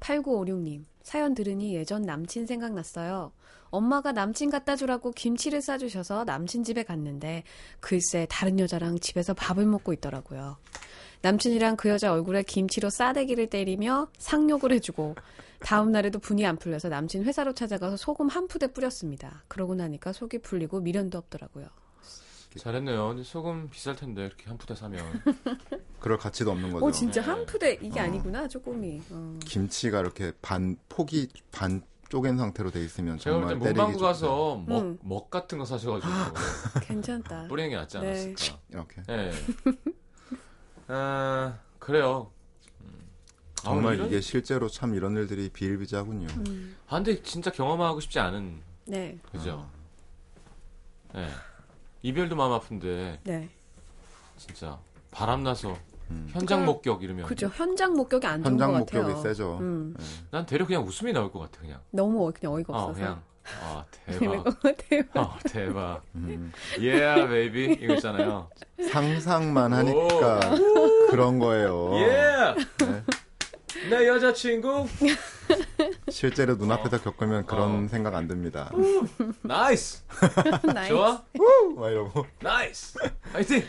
[SPEAKER 4] 8956님. 사연 들으니 예전 남친 생각났어요. 엄마가 남친 갖다 주라고 김치를 싸주셔서 남친 집에 갔는데 글쎄 다른 여자랑 집에서 밥을 먹고 있더라고요. 남친이랑 그 여자 얼굴에 김치로 싸대기를 때리며 상욕을 해주고 다음 날에도 분이 안 풀려서 남친 회사로 찾아가서 소금 한 푸대 뿌렸습니다. 그러고 나니까 속이 풀리고 미련도 없더라고요.
[SPEAKER 1] 잘했네요. 근데 소금 비쌀 텐데 이렇게 한 푸대 사면
[SPEAKER 3] 그럴 가치도 없는 거죠.
[SPEAKER 4] 어 진짜 한
[SPEAKER 1] 네.
[SPEAKER 4] 푸대 이게
[SPEAKER 3] 어.
[SPEAKER 4] 아니구나 조금이. 어.
[SPEAKER 3] 김치가 이렇게 반 폭이 반 쪼갠 상태로 돼 있으면
[SPEAKER 1] 제가 볼때
[SPEAKER 3] 정말 때리기
[SPEAKER 1] 문방구
[SPEAKER 3] 좋죠.
[SPEAKER 1] 가서 먹,
[SPEAKER 4] 음.
[SPEAKER 1] 먹 같은 거
[SPEAKER 4] 아.
[SPEAKER 1] 사셔가지고
[SPEAKER 4] 괜찮다.
[SPEAKER 1] 뿌리는 게 낫지
[SPEAKER 4] 네.
[SPEAKER 1] 않았을까.
[SPEAKER 3] 이렇게
[SPEAKER 1] 예. 아, 그래요. 음. 아,
[SPEAKER 3] 정말
[SPEAKER 1] 이런-
[SPEAKER 3] 이게 실제로 참 이런 일들이 비일비재하군요.
[SPEAKER 4] 음,
[SPEAKER 1] 아, 근데 진짜 경험하고 싶지 않은.
[SPEAKER 4] 네,
[SPEAKER 1] 그죠?
[SPEAKER 3] 아.
[SPEAKER 1] 예. 이별도 마음 아픈데,
[SPEAKER 4] 네.
[SPEAKER 1] 진짜. 바람나서,
[SPEAKER 3] 음.
[SPEAKER 1] 현장
[SPEAKER 4] 그러니까-
[SPEAKER 1] 목격 이러면.
[SPEAKER 4] 그죠. 현장 목격이 안 좋은 것
[SPEAKER 3] 현장
[SPEAKER 4] 같아요.
[SPEAKER 3] 목격이 세죠.
[SPEAKER 4] 음,
[SPEAKER 1] 난 대려 그냥 웃음이 나올 것 같아, 그냥.
[SPEAKER 4] 너무 어- 그냥 어이가
[SPEAKER 1] 어,
[SPEAKER 4] 없어서.
[SPEAKER 1] 그냥. 아,
[SPEAKER 4] 되는
[SPEAKER 1] 대박.
[SPEAKER 4] 것 같아요.
[SPEAKER 1] 아, 대박.
[SPEAKER 3] 음.
[SPEAKER 1] Yeah, baby. 이거 있잖아요.
[SPEAKER 3] 상상만 하니까 그런 거예요.
[SPEAKER 1] Yeah!
[SPEAKER 3] 네.
[SPEAKER 1] 내 여자친구?
[SPEAKER 3] 실제로 눈앞에서 겪으면 그런
[SPEAKER 1] 어.
[SPEAKER 3] 생각 안 듭니다.
[SPEAKER 1] 나이스!
[SPEAKER 4] 나이스.
[SPEAKER 1] 좋아?
[SPEAKER 3] 막 이러고
[SPEAKER 1] 나이스! 화이팅!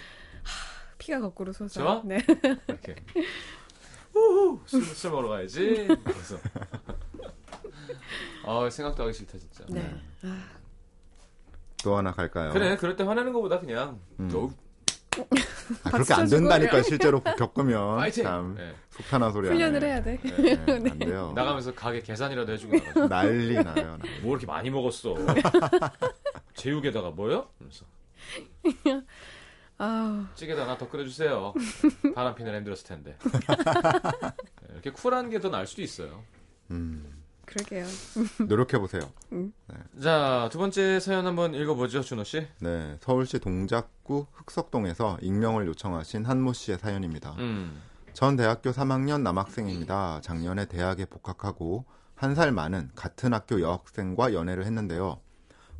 [SPEAKER 4] 피가 거꾸로 솟아.
[SPEAKER 1] 좋아?
[SPEAKER 4] 네.
[SPEAKER 1] 이렇게 우후 술, 술 먹으러 가야지 그래서 아 생각도 하기 싫다 진짜
[SPEAKER 4] 네.
[SPEAKER 3] 또 하나 갈까요?
[SPEAKER 1] 그래 그럴 때 화내는 것보다 그냥
[SPEAKER 3] 음.
[SPEAKER 1] 너
[SPEAKER 3] 아, 그렇게 안
[SPEAKER 4] 박수 쳐주고
[SPEAKER 3] 된다니까요,
[SPEAKER 4] 그냥.
[SPEAKER 3] 실제로 겪으면.
[SPEAKER 1] 파이팅!
[SPEAKER 3] 참,
[SPEAKER 1] 네.
[SPEAKER 3] 속탄한 소리
[SPEAKER 4] 훈련을
[SPEAKER 3] 하네.
[SPEAKER 4] 해야 돼.
[SPEAKER 1] 네.
[SPEAKER 3] 네, 안 돼요.
[SPEAKER 1] 나가면서 가게 계산이라도 해주고 나가죠.
[SPEAKER 3] 난리 나요. 난리.
[SPEAKER 1] 뭐 이렇게 많이 먹었어? 제육에다가 뭐요? 이러면서
[SPEAKER 4] 아우,
[SPEAKER 1] 찌개도 하나 더 끓여주세요. 바람피느라 힘들었을 텐데. 네, 이렇게 쿨한 게 더 나을 수도 있어요.
[SPEAKER 3] 음,
[SPEAKER 4] 그러게요.
[SPEAKER 3] 노력해보세요.
[SPEAKER 1] 자, 두 번째 사연 한번 읽어보죠, 준호 씨.
[SPEAKER 3] 네, 서울시 동작구 흑석동에서 익명을 요청하신 한모 씨의 사연입니다.
[SPEAKER 1] 음.
[SPEAKER 3] 전 대학교 3학년 남학생입니다. 작년에 대학에 복학하고 한 살 많은 같은 학교 여학생과 연애를 했는데요.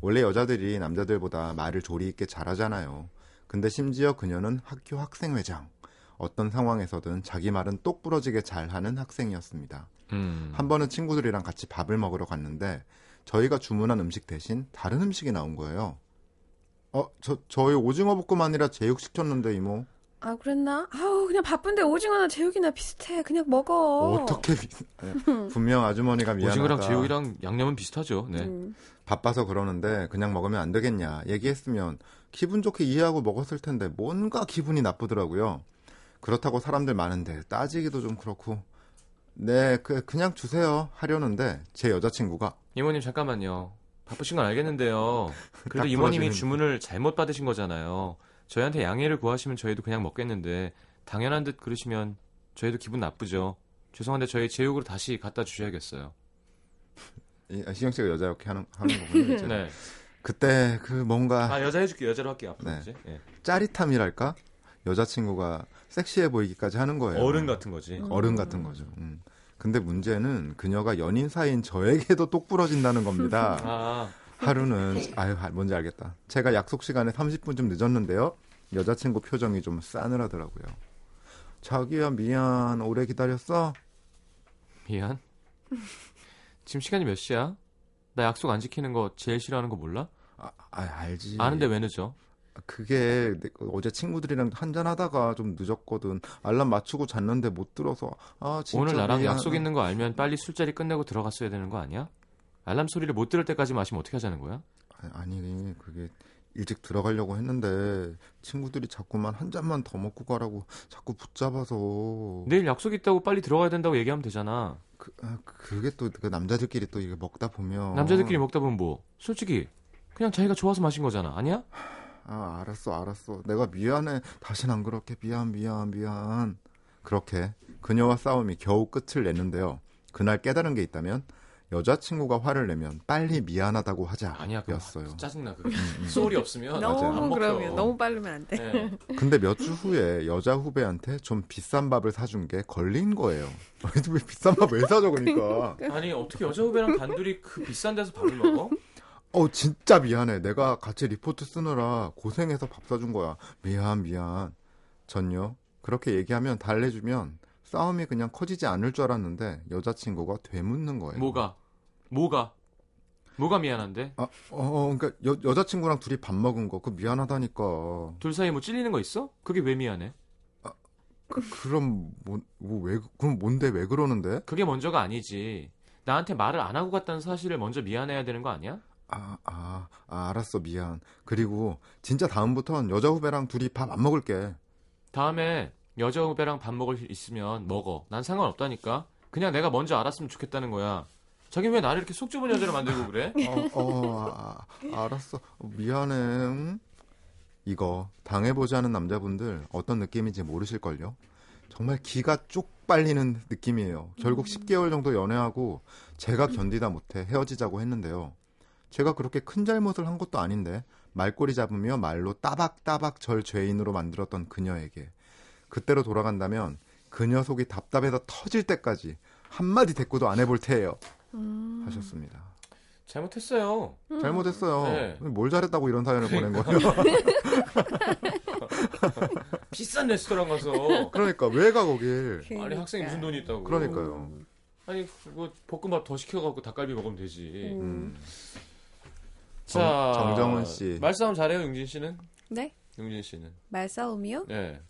[SPEAKER 3] 원래 여자들이 남자들보다 말을 조리 있게 잘하잖아요. 근데 심지어 그녀는 학교 학생회장. 어떤 상황에서든 자기 말은 똑 부러지게 잘하는 학생이었습니다.
[SPEAKER 1] 음.
[SPEAKER 3] 한 번은 친구들이랑 같이 밥을 먹으러 갔는데 저희가 주문한 음식 대신 다른 음식이 나온 거예요. 어, 저 저희 오징어 볶음 아니라 제육 시켰는데 이모.
[SPEAKER 4] 아, 그랬나? 아우, 그냥 바쁜데 오징어나 제육이나 비슷해. 그냥 먹어.
[SPEAKER 3] 어떻게 비- 네, 분명 아주머니가 미안하다.
[SPEAKER 1] 오징어랑 제육이랑 양념은 비슷하죠. 네.
[SPEAKER 4] 음.
[SPEAKER 3] 바빠서 그러는데 그냥 먹으면 안 되겠냐 얘기했으면 기분 좋게 이해하고 먹었을 텐데 뭔가 기분이 나쁘더라고요. 그렇다고 사람들 많은데 따지기도 좀 그렇고 네 그, 그냥 주세요 하려는데 제 여자친구가
[SPEAKER 1] 이모님 잠깐만요. 바쁘신 건 알겠는데요. 그래도
[SPEAKER 3] 딱
[SPEAKER 1] 이모님이
[SPEAKER 3] 부러지는-
[SPEAKER 1] 주문을 잘못 받으신 거잖아요. 저희한테 양해를 구하시면 저희도 그냥 먹겠는데 당연한 듯 그러시면 저희도 기분 나쁘죠. 죄송한데 저희 제육으로 다시 갖다 주셔야겠어요.
[SPEAKER 3] 이- 아, 시경 씨가 여자 이렇게 하는 하는 거군요. 이제.
[SPEAKER 1] 네.
[SPEAKER 3] 그때 그 뭔가
[SPEAKER 1] 아 여자 해줄게 여자로 할게요 앞으로
[SPEAKER 3] 네.
[SPEAKER 1] 이제. 예.
[SPEAKER 3] 짜릿함이랄까 여자친구가 섹시해 보이기까지 하는 거예요.
[SPEAKER 1] 어른 같은 거지.
[SPEAKER 3] 어른 같은 거죠. 음. 근데 문제는 그녀가 연인 사이인 저에게도 똑부러진다는 겁니다.
[SPEAKER 1] 아
[SPEAKER 3] 하루는 아유 뭔지 알겠다. 제가 약속 시간에 30분 좀 늦었는데요. 여자친구 표정이 좀 싸늘하더라고요. 자기야 미안 오래 기다렸어.
[SPEAKER 1] 미안. 지금 시간이 몇 시야? 나 약속 안 지키는 거 제일 싫어하는 거 몰라?
[SPEAKER 3] 아, 아, 알지.
[SPEAKER 1] 아는데 왜 늦어?
[SPEAKER 3] 그게 내- 어제 친구들이랑 한잔 하다가 좀 늦었거든. 알람 맞추고 잤는데 못 들어서 아 진짜
[SPEAKER 1] 오늘 나랑
[SPEAKER 3] 미안.
[SPEAKER 1] 약속 있는 거 알면 빨리 술자리 끝내고 들어갔어야 되는 거 아니야? 알람 소리를 못 들을 때까지 마시면 어떻게 하자는 거야?
[SPEAKER 3] 아니, 아니 그게 일찍 들어가려고 했는데 친구들이 자꾸만 한 잔만 더 먹고 가라고 자꾸 붙잡아서
[SPEAKER 1] 내일 약속 있다고 빨리 들어가야 된다고 얘기하면 되잖아.
[SPEAKER 3] 그, 아, 그게 또 그 남자들끼리 또 이게 먹다 보면
[SPEAKER 1] 남자들끼리 먹다 보면 뭐? 솔직히 그냥 자기가 좋아서 마신 거잖아. 아니야?
[SPEAKER 3] 아, 알았어, 알았어. 내가 미안해. 다신 안 그렇게. 미안, 미안, 미안. 그렇게 그녀와 싸움이 겨우 끝을 냈는데요. 그날 깨달은 게 있다면 여자친구가 화를 내면 빨리 미안하다고 하자.
[SPEAKER 1] 아니야. 그거
[SPEAKER 3] 였어요. 음,
[SPEAKER 1] 짜증나. 그거. 소울이 없으면 아, 안
[SPEAKER 4] 너무
[SPEAKER 1] 먹혀.
[SPEAKER 4] 그러면 너무 빠르면 안 돼.
[SPEAKER 1] 네.
[SPEAKER 3] 근데 몇 주 후에 여자 후배한테 좀 비싼 밥을 사준 게 걸린 거예요. 왜 비싼 밥 왜 사줘 그러니까.
[SPEAKER 1] 아니 어떻게 여자 후배랑 단둘이 그 비싼 데서 밥을 먹어?
[SPEAKER 3] 어 진짜 미안해. 내가 같이 리포트 쓰느라 고생해서 밥 사준 거야. 미안 미안. 전요 그렇게 얘기하면 달래주면 싸움이 그냥 커지지 않을 줄 알았는데 여자친구가 되묻는 거예요.
[SPEAKER 1] 뭐가? 뭐가? 뭐가 미안한데?
[SPEAKER 3] 아, 어, 그러니까 여, 여자친구랑 둘이 밥 먹은 거, 그 미안하다니까.
[SPEAKER 1] 둘 사이에 뭐 찔리는 거 있어? 그게 왜 미안해?
[SPEAKER 3] 그, 그럼 뭐, 뭐 왜, 그럼 뭔데 왜 그러는데?
[SPEAKER 1] 그게 먼저가 아니지. 나한테 말을 안 하고 갔다는 사실을 먼저 미안해야 되는 거 아니야?
[SPEAKER 3] 아, 아, 아, 알았어 미안. 그리고 진짜 다음부턴 여자 후배랑 둘이 밥 안 먹을게.
[SPEAKER 1] 다음에 여자 후배랑 밥 먹을 일 있으면 먹어. 난 상관없다니까. 그냥 내가 먼저 알았으면 좋겠다는 거야. 자기 왜 나를 이렇게 속 좁은 여자로 만들고 그래?
[SPEAKER 3] 어, 어, 아, 알았어. 미안해. 응? 이거 당해보지 않은 남자분들 어떤 느낌인지 모르실걸요? 정말 기가 쭉 빨리는 느낌이에요. 결국 10개월 정도 연애하고 제가 견디다 못해 헤어지자고 했는데요. 제가 그렇게 큰 잘못을 한 것도 아닌데 말꼬리 잡으며 말로 따박따박 절 죄인으로 만들었던 그녀에게 그때로 돌아간다면 그녀 속이 답답해서 터질 때까지 한마디 대꾸도 안 해볼 테예요.
[SPEAKER 4] 음.
[SPEAKER 3] 하셨습니다.
[SPEAKER 1] 잘못했어요.
[SPEAKER 3] 잘못했어요.
[SPEAKER 1] 네.
[SPEAKER 3] 뭘 잘했다고 이런 사연을 보낸 거예요?
[SPEAKER 1] 비싼 레스토랑 가서
[SPEAKER 3] 그러니까 왜 가 거길?
[SPEAKER 4] 그러니까.
[SPEAKER 1] 아니 학생이 무슨 돈이 있다고.
[SPEAKER 3] 그러니까요.
[SPEAKER 4] 음.
[SPEAKER 1] 아니 뭐 볶음밥 더 시켜갖고 닭갈비 먹으면 되지.
[SPEAKER 3] 음.
[SPEAKER 1] 자
[SPEAKER 3] 정- 정정은 씨.
[SPEAKER 1] 말싸움 잘해요 용진 씨는?
[SPEAKER 4] 네?
[SPEAKER 1] 용진 씨는.
[SPEAKER 4] 말싸움이요?
[SPEAKER 1] 네.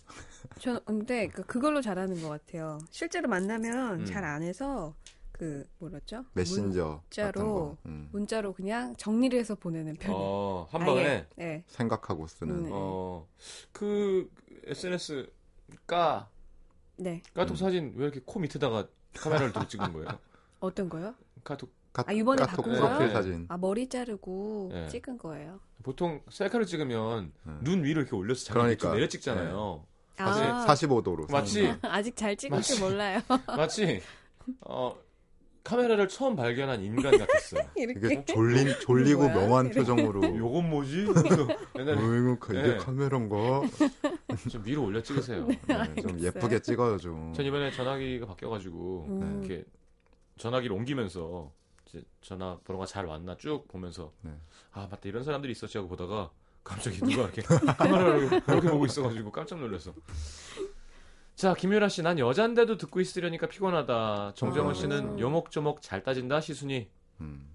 [SPEAKER 4] 저는 근데 그- 그걸로 잘하는 것 같아요. 실제로 만나면
[SPEAKER 1] 음.
[SPEAKER 4] 잘 안 해서 그 뭐랬죠?
[SPEAKER 3] 메신저
[SPEAKER 4] 문자로
[SPEAKER 3] 같은 거 음.
[SPEAKER 4] 문자로 그냥 정리를
[SPEAKER 1] 어,
[SPEAKER 4] 해서 보내는 편이에요.
[SPEAKER 1] 어한 번에.
[SPEAKER 4] 아예. 네.
[SPEAKER 3] 생각하고 쓰는
[SPEAKER 4] 네.
[SPEAKER 1] 어, 그 SNS 까
[SPEAKER 4] 네.
[SPEAKER 1] 까톡
[SPEAKER 3] 음.
[SPEAKER 1] 사진 왜 이렇게 코 밑에다가 카메라를 두고 찍은 거예요?
[SPEAKER 4] 어떤 거요?
[SPEAKER 1] 카톡
[SPEAKER 3] 카,
[SPEAKER 4] 아, 이번에
[SPEAKER 3] 카톡
[SPEAKER 4] 바꾼
[SPEAKER 3] 프로필
[SPEAKER 1] 거야?
[SPEAKER 3] 사진.
[SPEAKER 4] 아, 머리 자르고
[SPEAKER 1] 네.
[SPEAKER 4] 찍은 거예요.
[SPEAKER 1] 보통 셀카를 찍으면
[SPEAKER 3] 음.
[SPEAKER 1] 눈 위로 이렇게 올려서 자기
[SPEAKER 3] 그러니까.
[SPEAKER 1] 밑으로 내려 찍잖아요.
[SPEAKER 3] 사실
[SPEAKER 4] 아,
[SPEAKER 3] 45도로.
[SPEAKER 1] 마치
[SPEAKER 4] 아직 잘 찍을 줄
[SPEAKER 1] 마치-
[SPEAKER 4] 몰라요.
[SPEAKER 3] 네.
[SPEAKER 1] 마치 어, 카메라를 처음 발견한 인간 같았어요.
[SPEAKER 4] 이렇게.
[SPEAKER 3] 이게 졸린 졸리고
[SPEAKER 4] 뭐야? 네.
[SPEAKER 3] 명한
[SPEAKER 4] 이래.
[SPEAKER 3] 표정으로.
[SPEAKER 1] 요건 뭐지? 그래서 옛날에
[SPEAKER 3] 어이구 그 이게
[SPEAKER 1] 네.
[SPEAKER 3] 카메라인가?
[SPEAKER 1] 좀 위로 올려 찍으세요.
[SPEAKER 3] 네, 좀
[SPEAKER 4] 알겠어요.
[SPEAKER 3] 예쁘게 찍어요 좀.
[SPEAKER 1] 전 이번에 전화기가 바뀌어가지고
[SPEAKER 4] 음.
[SPEAKER 3] 네,
[SPEAKER 1] 이렇게 전화기를 옮기면서 이제 전화 번호가 잘 왔나 쭉 보면서
[SPEAKER 3] 네.
[SPEAKER 1] 아 맞다 이런 사람들이 있었지 하고 보다가 갑자기 누가 이렇게 카메라를 이렇게 보고 있어가지고 깜짝 놀랐어. 자 김유라 씨 난 여잔데도 듣고 있으려니까 피곤하다. 정정원
[SPEAKER 3] 아.
[SPEAKER 1] 씨는 요목조목 잘 따진다 시순이.
[SPEAKER 3] 음.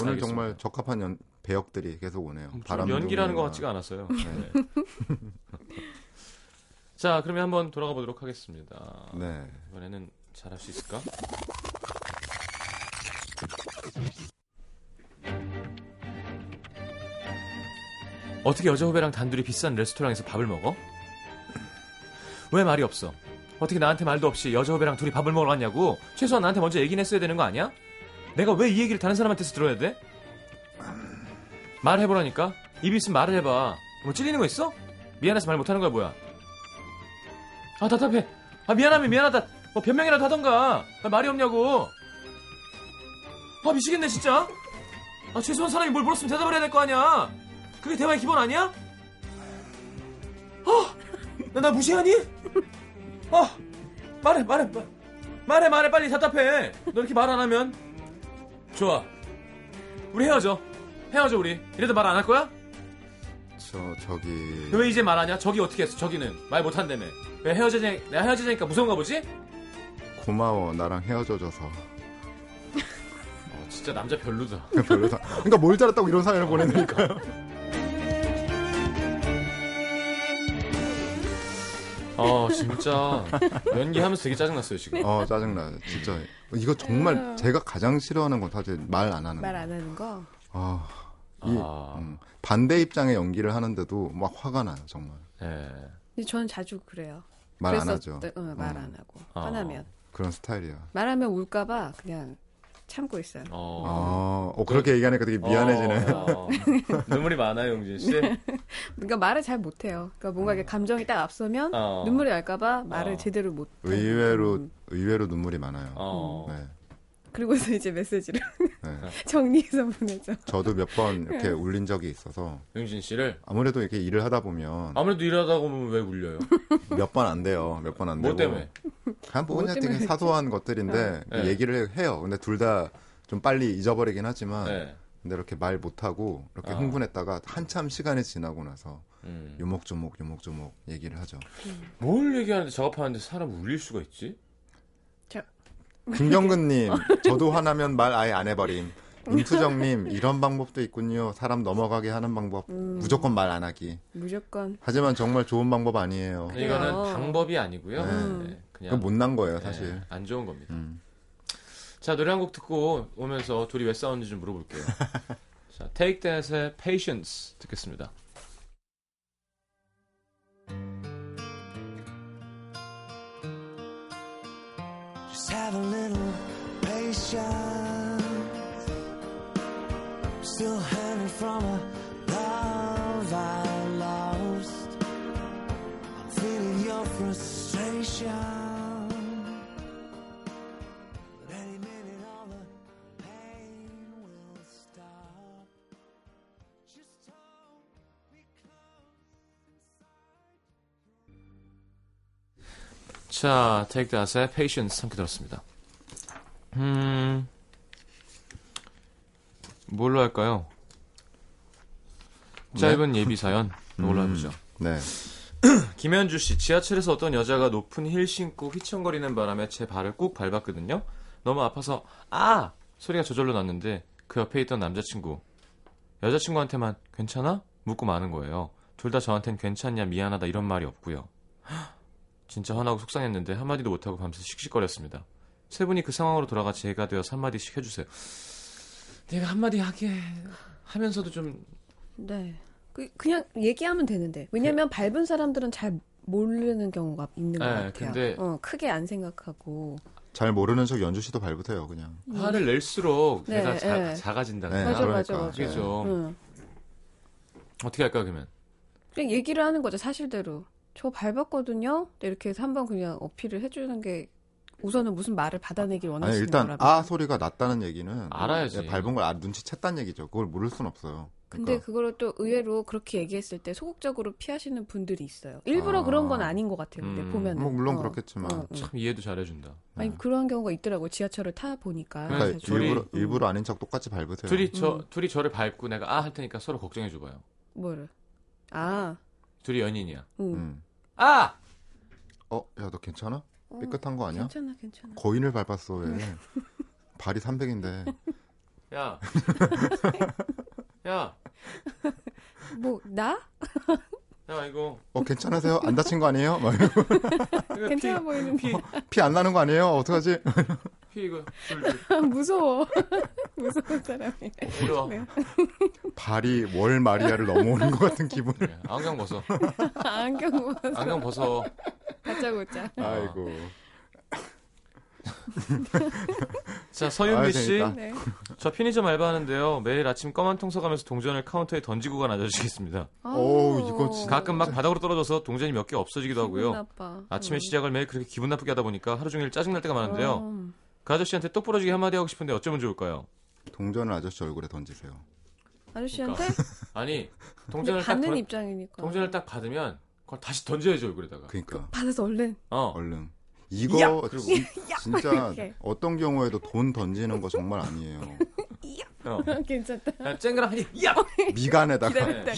[SPEAKER 3] 오늘
[SPEAKER 1] 알겠습니다.
[SPEAKER 3] 정말 적합한 연, 배역들이 계속 오네요.
[SPEAKER 1] 좀
[SPEAKER 3] 바람
[SPEAKER 1] 연기라는 것 같지가 않았어요. 네. 자 그러면 한번 돌아가 보도록 하겠습니다.
[SPEAKER 3] 네.
[SPEAKER 1] 이번에는 잘할 수 있을까? 어떻게 여자 후배랑 단둘이 비싼 레스토랑에서 밥을 먹어? 왜 말이 없어? 어떻게 나한테 말도 없이 여자 후배랑 둘이 밥을 먹으러 왔냐고? 최소한 나한테 먼저 얘기는 했어야 되는 거 아니야? 내가 왜 이 얘기를 다른 사람한테서 들어야 돼? 말해보라니까? 입이 있으면 말을 해봐. 뭐 찔리는 거 있어? 미안해서 말 못하는 거야 뭐야? 아 답답해. 아 미안하면 미안하다. 뭐 변명이라도 하던가. 아, 말이 없냐고. 아 미치겠네 진짜. 아 최소한 사람이 뭘 물었으면 대답을 해야 될 거 아니야. 그게 대화의 기본 아니야? 아나 나 무시하니? 아 말해 말해 마- 말해 말해 빨리 답답해. 너 이렇게 말 안 하면 좋아. 우리 헤어져. 헤어져 우리. 이래도 말 안 할 거야?
[SPEAKER 3] 저 저기
[SPEAKER 1] 왜 이제 말하냐? 저기 어떻게 했어? 저기는 말 못한다며. 왜 헤어지자? 내가 헤어지자니까 무서운가 보지?
[SPEAKER 3] 고마워 나랑 헤어져줘서.
[SPEAKER 1] 어, 진짜 남자 별로다.
[SPEAKER 3] 별로다. 그러니까 뭘 잘했다고 이런 사연을 보내니까.
[SPEAKER 1] 아 진짜 연기하면서 되게 짜증났어요 지금.
[SPEAKER 3] 어 짜증나. 진짜 이거
[SPEAKER 1] 음.
[SPEAKER 3] 정말 제가 가장 싫어하는 건 사실 말 안 하는.
[SPEAKER 4] 말
[SPEAKER 3] 거.
[SPEAKER 4] 안 하는 거.
[SPEAKER 3] 아, 이,
[SPEAKER 1] 아.
[SPEAKER 3] 음, 반대 입장의 연기를 하는데도 막 화가 나요 정말.
[SPEAKER 1] 예.
[SPEAKER 4] 근데 저는 자주 그래요.
[SPEAKER 3] 말 안
[SPEAKER 4] 그래서
[SPEAKER 3] 하죠. 음. 아.
[SPEAKER 4] 또- 응, 말안 하고.
[SPEAKER 1] 어.
[SPEAKER 4] 화나면.
[SPEAKER 3] 그런 스타일이야.
[SPEAKER 4] 말하면 울까봐 그냥 참고 있어요.
[SPEAKER 1] 어.
[SPEAKER 3] 어, 어, 그렇게 얘기하니까 되게 미안해지네.
[SPEAKER 1] 어, 어. 눈물이 많아요 용진 씨.
[SPEAKER 4] 그러니까 말을 잘 못해요. 그러니까 뭔가
[SPEAKER 3] 음.
[SPEAKER 4] 이게 감정이 딱 앞서면
[SPEAKER 1] 어.
[SPEAKER 4] 눈물이 날까봐 말을
[SPEAKER 1] 어.
[SPEAKER 4] 제대로 못.
[SPEAKER 3] 아. 의외로
[SPEAKER 4] 음.
[SPEAKER 3] 의외로 눈물이 많아요.
[SPEAKER 1] 어.
[SPEAKER 3] 네,
[SPEAKER 4] 그리고서 이제 메시지를
[SPEAKER 3] 네.
[SPEAKER 4] 정리해서 보내죠.
[SPEAKER 3] 저도 몇 번
[SPEAKER 1] 네.
[SPEAKER 3] 이렇게 울린 적이 있어서
[SPEAKER 1] 용진 씨를
[SPEAKER 3] 아무래도 이렇게 일을 하다 보면
[SPEAKER 1] 아무래도 일하다 보면 왜 울려요?
[SPEAKER 3] 몇 번 안 돼요. 몇 번 안 되고.
[SPEAKER 1] 뭐 때문에?
[SPEAKER 3] 그냥 뭐
[SPEAKER 4] 뭐
[SPEAKER 3] 그냥
[SPEAKER 4] 때문에
[SPEAKER 3] 되게 사소한 것들인데
[SPEAKER 1] 네.
[SPEAKER 3] 얘기를 해요. 근데 둘 다 좀 빨리 잊어버리긴 하지만
[SPEAKER 1] 네.
[SPEAKER 3] 근데 이렇게 말 못하고 이렇게
[SPEAKER 1] 아.
[SPEAKER 3] 흥분했다가 한참 시간이 지나고 나서
[SPEAKER 1] 음.
[SPEAKER 3] 요목조목 요목조목 얘기를 하죠.
[SPEAKER 1] 뭘 얘기하는데 작업하는데 사람 울릴 수가 있지?
[SPEAKER 3] 김경근님, 저도 화나면 말 아예 안 해버림. 임투정님, 이런 방법도 있군요. 사람 넘어가게 하는 방법.
[SPEAKER 4] 음.
[SPEAKER 3] 무조건 말 안 하기.
[SPEAKER 4] 무조건
[SPEAKER 3] 하지만 정말 좋은 방법 아니에요.
[SPEAKER 1] 근데
[SPEAKER 4] 그래요.
[SPEAKER 1] 이거는 방법이 아니고요.
[SPEAKER 3] 네.
[SPEAKER 1] 네,
[SPEAKER 3] 그
[SPEAKER 1] 그냥
[SPEAKER 3] 못난 거예요,
[SPEAKER 1] 네,
[SPEAKER 3] 사실.
[SPEAKER 1] 안 좋은 겁니다.
[SPEAKER 3] 음.
[SPEAKER 1] 자 노래 한 곡 듣고 오면서 둘이 왜 싸웠는지 좀 물어볼게요. 자 Take That의 Patience 듣겠습니다.
[SPEAKER 5] Just have a little patience. Still hanging from a love I lost. I'm feeling your frustration. But any minute, all the pain will stop. Just hold me close.
[SPEAKER 1] 자, Take That의 Patience 함께 들었습니다. 음, 뭘로 할까요? 짧은 예비 사연 뭘로 해보죠.
[SPEAKER 3] 네.
[SPEAKER 1] 김현주 씨, 지하철에서 어떤 여자가 높은 힐 신고 휘청거리는 바람에 제 발을 꾹 밟았거든요. 너무 아파서 아 소리가 저절로 났는데 그 옆에 있던 남자친구, 여자친구한테만 괜찮아? 묻고 마는 거예요. 둘 다 저한텐 괜찮냐 미안하다 이런 말이 없고요. 헉, 진짜 화나고 속상했는데 한마디도 못하고 밤새 씩씩거렸습니다. 세 분이 그 상황으로 돌아가 제가 되어 한마디씩 해주세요. 내가 한마디 하게 하면서도 좀
[SPEAKER 3] 그
[SPEAKER 4] 네. 그, 그냥 얘기하면 되는데 왜냐면 밟은 사람들은 잘 모르는 경우가 있는 것
[SPEAKER 1] 네,
[SPEAKER 4] 같아요.
[SPEAKER 1] 근데-
[SPEAKER 4] 어, 크게 안 생각하고
[SPEAKER 3] 잘 모르는 척 연주 씨도 발부터요 그냥.
[SPEAKER 1] 화를 낼수록
[SPEAKER 4] 네,
[SPEAKER 1] 내가 자,
[SPEAKER 4] 네.
[SPEAKER 1] 작아진다.
[SPEAKER 3] 네,
[SPEAKER 1] 그냥.
[SPEAKER 4] 맞아,
[SPEAKER 3] 그러니까.
[SPEAKER 4] 맞아, 맞아.
[SPEAKER 1] 그게 좀
[SPEAKER 4] 응.
[SPEAKER 1] 어떻게 할까 그러면?
[SPEAKER 4] 어. 그냥 얘기를 하는 거죠 사실대로. 저 밟았거든요. 근데 이렇게 해서 한번 그냥 어필을 해주는 게 우선은 무슨 말을 받아내길
[SPEAKER 3] 아니
[SPEAKER 4] 원하시는
[SPEAKER 3] 일단
[SPEAKER 4] 거라면.
[SPEAKER 3] 아 소리가 났다는 얘기는
[SPEAKER 1] 알아야지.
[SPEAKER 3] 예, 밟은 걸 아, 눈치챘다는 얘기죠. 그걸 모를 순 없어요.
[SPEAKER 4] 근데
[SPEAKER 3] 그러니까
[SPEAKER 4] 그거를 또 의외로 그렇게 얘기했을 때 소극적으로 피하시는 분들이 있어요. 일부러
[SPEAKER 3] 아.
[SPEAKER 4] 그런 건 아닌 것 같아요. 근데
[SPEAKER 1] 음,
[SPEAKER 4] 보면
[SPEAKER 3] 뭐 물론 그렇지만
[SPEAKER 1] 참
[SPEAKER 4] 음.
[SPEAKER 1] 이해도 잘해준다.
[SPEAKER 4] 어. 아니
[SPEAKER 3] 네.
[SPEAKER 4] 그런 경우가 있더라고 요 지하철을 타 보니까.
[SPEAKER 1] 그러니까
[SPEAKER 3] 그러니까
[SPEAKER 1] 그래서 둘이-
[SPEAKER 3] 일부러
[SPEAKER 4] 음.
[SPEAKER 3] 일부러 아닌 척 똑같이 밟으세요.
[SPEAKER 1] 둘이 저
[SPEAKER 4] 음.
[SPEAKER 1] 둘이 저를 밟고 내가 아 할 테니까 서로 걱정해 줘봐요.
[SPEAKER 4] 뭐를? 아,
[SPEAKER 1] 둘이 연인이야.
[SPEAKER 4] 음.
[SPEAKER 3] 음.
[SPEAKER 1] 아
[SPEAKER 3] 어, 야 너 괜찮아?
[SPEAKER 4] 어,
[SPEAKER 3] 삐끗한 거 아니야?
[SPEAKER 4] 괜찮아, 괜찮아.
[SPEAKER 3] 거인을 밟았어 왜? 발이 300인데
[SPEAKER 1] 야. 야.
[SPEAKER 4] 뭐 나?
[SPEAKER 1] 야 이거
[SPEAKER 3] 어 괜찮으세요? 안 다친 거 아니에요?
[SPEAKER 1] 이거
[SPEAKER 4] 괜찮아 보이는
[SPEAKER 1] 피,
[SPEAKER 3] 피 안 나는 거 아니에요? 어떡하지?
[SPEAKER 1] 피 이거 줄줄
[SPEAKER 4] 아, 무서워. 무서운 네. 사람이.
[SPEAKER 1] 이리 와.
[SPEAKER 3] 발이 월 마리아를 넘어오는 것 같은 기분.
[SPEAKER 1] 그래, 안경 벗어.
[SPEAKER 4] 안경 뭐
[SPEAKER 1] 안경 벗어.
[SPEAKER 4] 다짜고짜.
[SPEAKER 3] 아이고.
[SPEAKER 1] 자 서윤미
[SPEAKER 3] 아유,
[SPEAKER 1] 씨,
[SPEAKER 3] 재밌다.
[SPEAKER 4] 네.
[SPEAKER 1] 저 편의점 알바하는데요. 매일 아침 검한 통서 가면서 동전을 카운터에 던지고가 낮아주시겠습니다.
[SPEAKER 3] 어우, 이거 진짜
[SPEAKER 1] 가끔 막 바닥으로 떨어져서 동전이 몇 개 없어지기도
[SPEAKER 4] 음. 기분
[SPEAKER 1] 하고요.
[SPEAKER 4] 나빠.
[SPEAKER 1] 아침에
[SPEAKER 4] 음.
[SPEAKER 1] 시작을 매일 그렇게 기분 나쁘게 하다 보니까 하루 종일 짜증 날 때가 많은데요.
[SPEAKER 4] 그럼.
[SPEAKER 1] 그 아저씨한테 똑부러지게 한마디 하고 싶은데 어쩌면 좋을까요?
[SPEAKER 3] 동전을 아저씨 얼굴에 던지세요.
[SPEAKER 4] 아저씨한테
[SPEAKER 1] 그러니까. 아니
[SPEAKER 4] 근데
[SPEAKER 1] 동전을 딱
[SPEAKER 4] 받는
[SPEAKER 1] 던-
[SPEAKER 4] 입장이니까.
[SPEAKER 1] 동전을 딱 받으면 그걸 다시 던져야죠 얼굴에다가.
[SPEAKER 3] 그러니까
[SPEAKER 4] 받아서 얼른.
[SPEAKER 1] 어.
[SPEAKER 3] 얼른. 이거 진- 진짜
[SPEAKER 4] 이렇게.
[SPEAKER 3] 어떤 경우에도 돈 던지는 거 정말 아니에요.
[SPEAKER 1] 어.
[SPEAKER 4] 괜찮다.
[SPEAKER 1] 그냥 쨍그랑 하니 야!
[SPEAKER 3] 미간에다가
[SPEAKER 1] 기다렸다.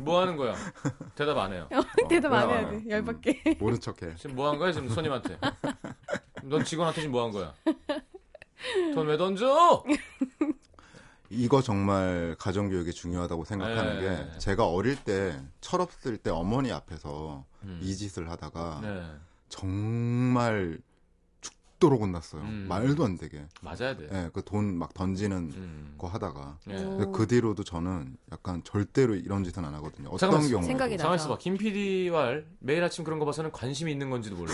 [SPEAKER 1] 뭐 하는 거야? 대답 안 해요.
[SPEAKER 4] 대답 안
[SPEAKER 3] 그냥
[SPEAKER 4] 해야
[SPEAKER 3] 안
[SPEAKER 1] 아,
[SPEAKER 4] 돼.
[SPEAKER 1] 음.
[SPEAKER 3] 해요.
[SPEAKER 4] 열받게.
[SPEAKER 3] 모른 척해.
[SPEAKER 1] 지금 뭐 한 거야 지금 손님한테? 넌 직원한테 지금 뭐 한 거야? 돈 왜 던져?
[SPEAKER 3] 이거 정말 가정교육이 중요하다고
[SPEAKER 1] 네.
[SPEAKER 3] 생각하는 게 제가 어릴 때 철없을 때 어머니 앞에서
[SPEAKER 1] 음.
[SPEAKER 3] 이 짓을 하다가
[SPEAKER 1] 네.
[SPEAKER 3] 정말 죽도록 혼났어요.
[SPEAKER 1] 음.
[SPEAKER 3] 말도 안 되게.
[SPEAKER 1] 맞아야 돼.
[SPEAKER 3] 예, 그 돈 막 던지는
[SPEAKER 1] 음.
[SPEAKER 3] 거 하다가.
[SPEAKER 1] 예.
[SPEAKER 4] 음.
[SPEAKER 3] 근데 그 뒤로도 저는 약간 절대로 이런 짓은 안 하거든요. 어떤
[SPEAKER 1] 잠깐만,
[SPEAKER 3] 경우
[SPEAKER 4] 생각이 나.
[SPEAKER 1] 가만 있어봐. 김 PD와 매일 아침 그런 거 봐서는 관심이 있는 건지도 몰라.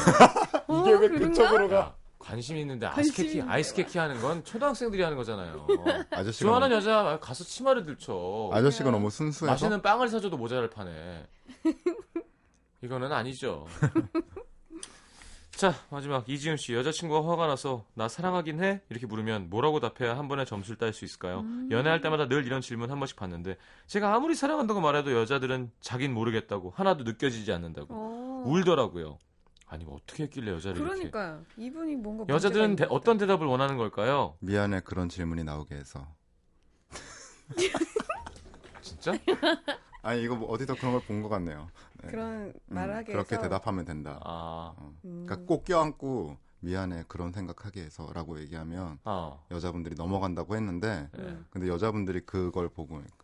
[SPEAKER 4] 이게 왜 근처로?
[SPEAKER 1] 야, 관심 있는데
[SPEAKER 4] 관심
[SPEAKER 1] 아이스케키
[SPEAKER 4] 있는데.
[SPEAKER 1] 아이스케키 하는 건 초등학생들이 하는 거잖아요.
[SPEAKER 3] 아저씨가
[SPEAKER 1] 좋아하는
[SPEAKER 3] 너무,
[SPEAKER 1] 여자 가서 치마를 들쳐.
[SPEAKER 3] 아저씨가
[SPEAKER 4] 네.
[SPEAKER 3] 너무 순수해서
[SPEAKER 1] 맛있는 빵을 사줘도 모자를 파네. 이거는 아니죠. 자 마지막 이지훈 씨 여자친구가 화가 나서 나 사랑하긴 해 이렇게 물으면 뭐라고 답해야 한 번에 점수를 딸 수 있을까요?
[SPEAKER 4] 음.
[SPEAKER 1] 연애할 때마다 늘 이런 질문 한 번씩 받는데 제가 아무리 사랑한다고 말해도 여자들은 자긴 모르겠다고 하나도 느껴지지 않는다고 울더라고요. 아니 뭐 어떻게 했길래 여자를 이렇게
[SPEAKER 4] 어. 그러니까 이분이 뭔가
[SPEAKER 1] 여자들은 대-
[SPEAKER 4] 문제가 있는
[SPEAKER 1] 어떤 대답을 원하는 걸까요?
[SPEAKER 3] 미안해 그런 질문이 나오게 해서.
[SPEAKER 1] 진짜?
[SPEAKER 3] 아니 이거 뭐 어디서 그런 걸 본 것 같네요.
[SPEAKER 4] 거죠. 그런
[SPEAKER 3] 음,
[SPEAKER 4] 말하게
[SPEAKER 3] 그렇게
[SPEAKER 4] 해서
[SPEAKER 3] 대답하면 된다.
[SPEAKER 1] 아,
[SPEAKER 3] 어.
[SPEAKER 4] 음.
[SPEAKER 3] 그러니까 꼭 껴안고 미안해 그런 생각하게 해서라고 얘기하면
[SPEAKER 1] 어.
[SPEAKER 3] 여자분들이 넘어간다고 했는데
[SPEAKER 1] 네.
[SPEAKER 4] 음.
[SPEAKER 3] 근데 여자분들이 그걸 보고 그러니까.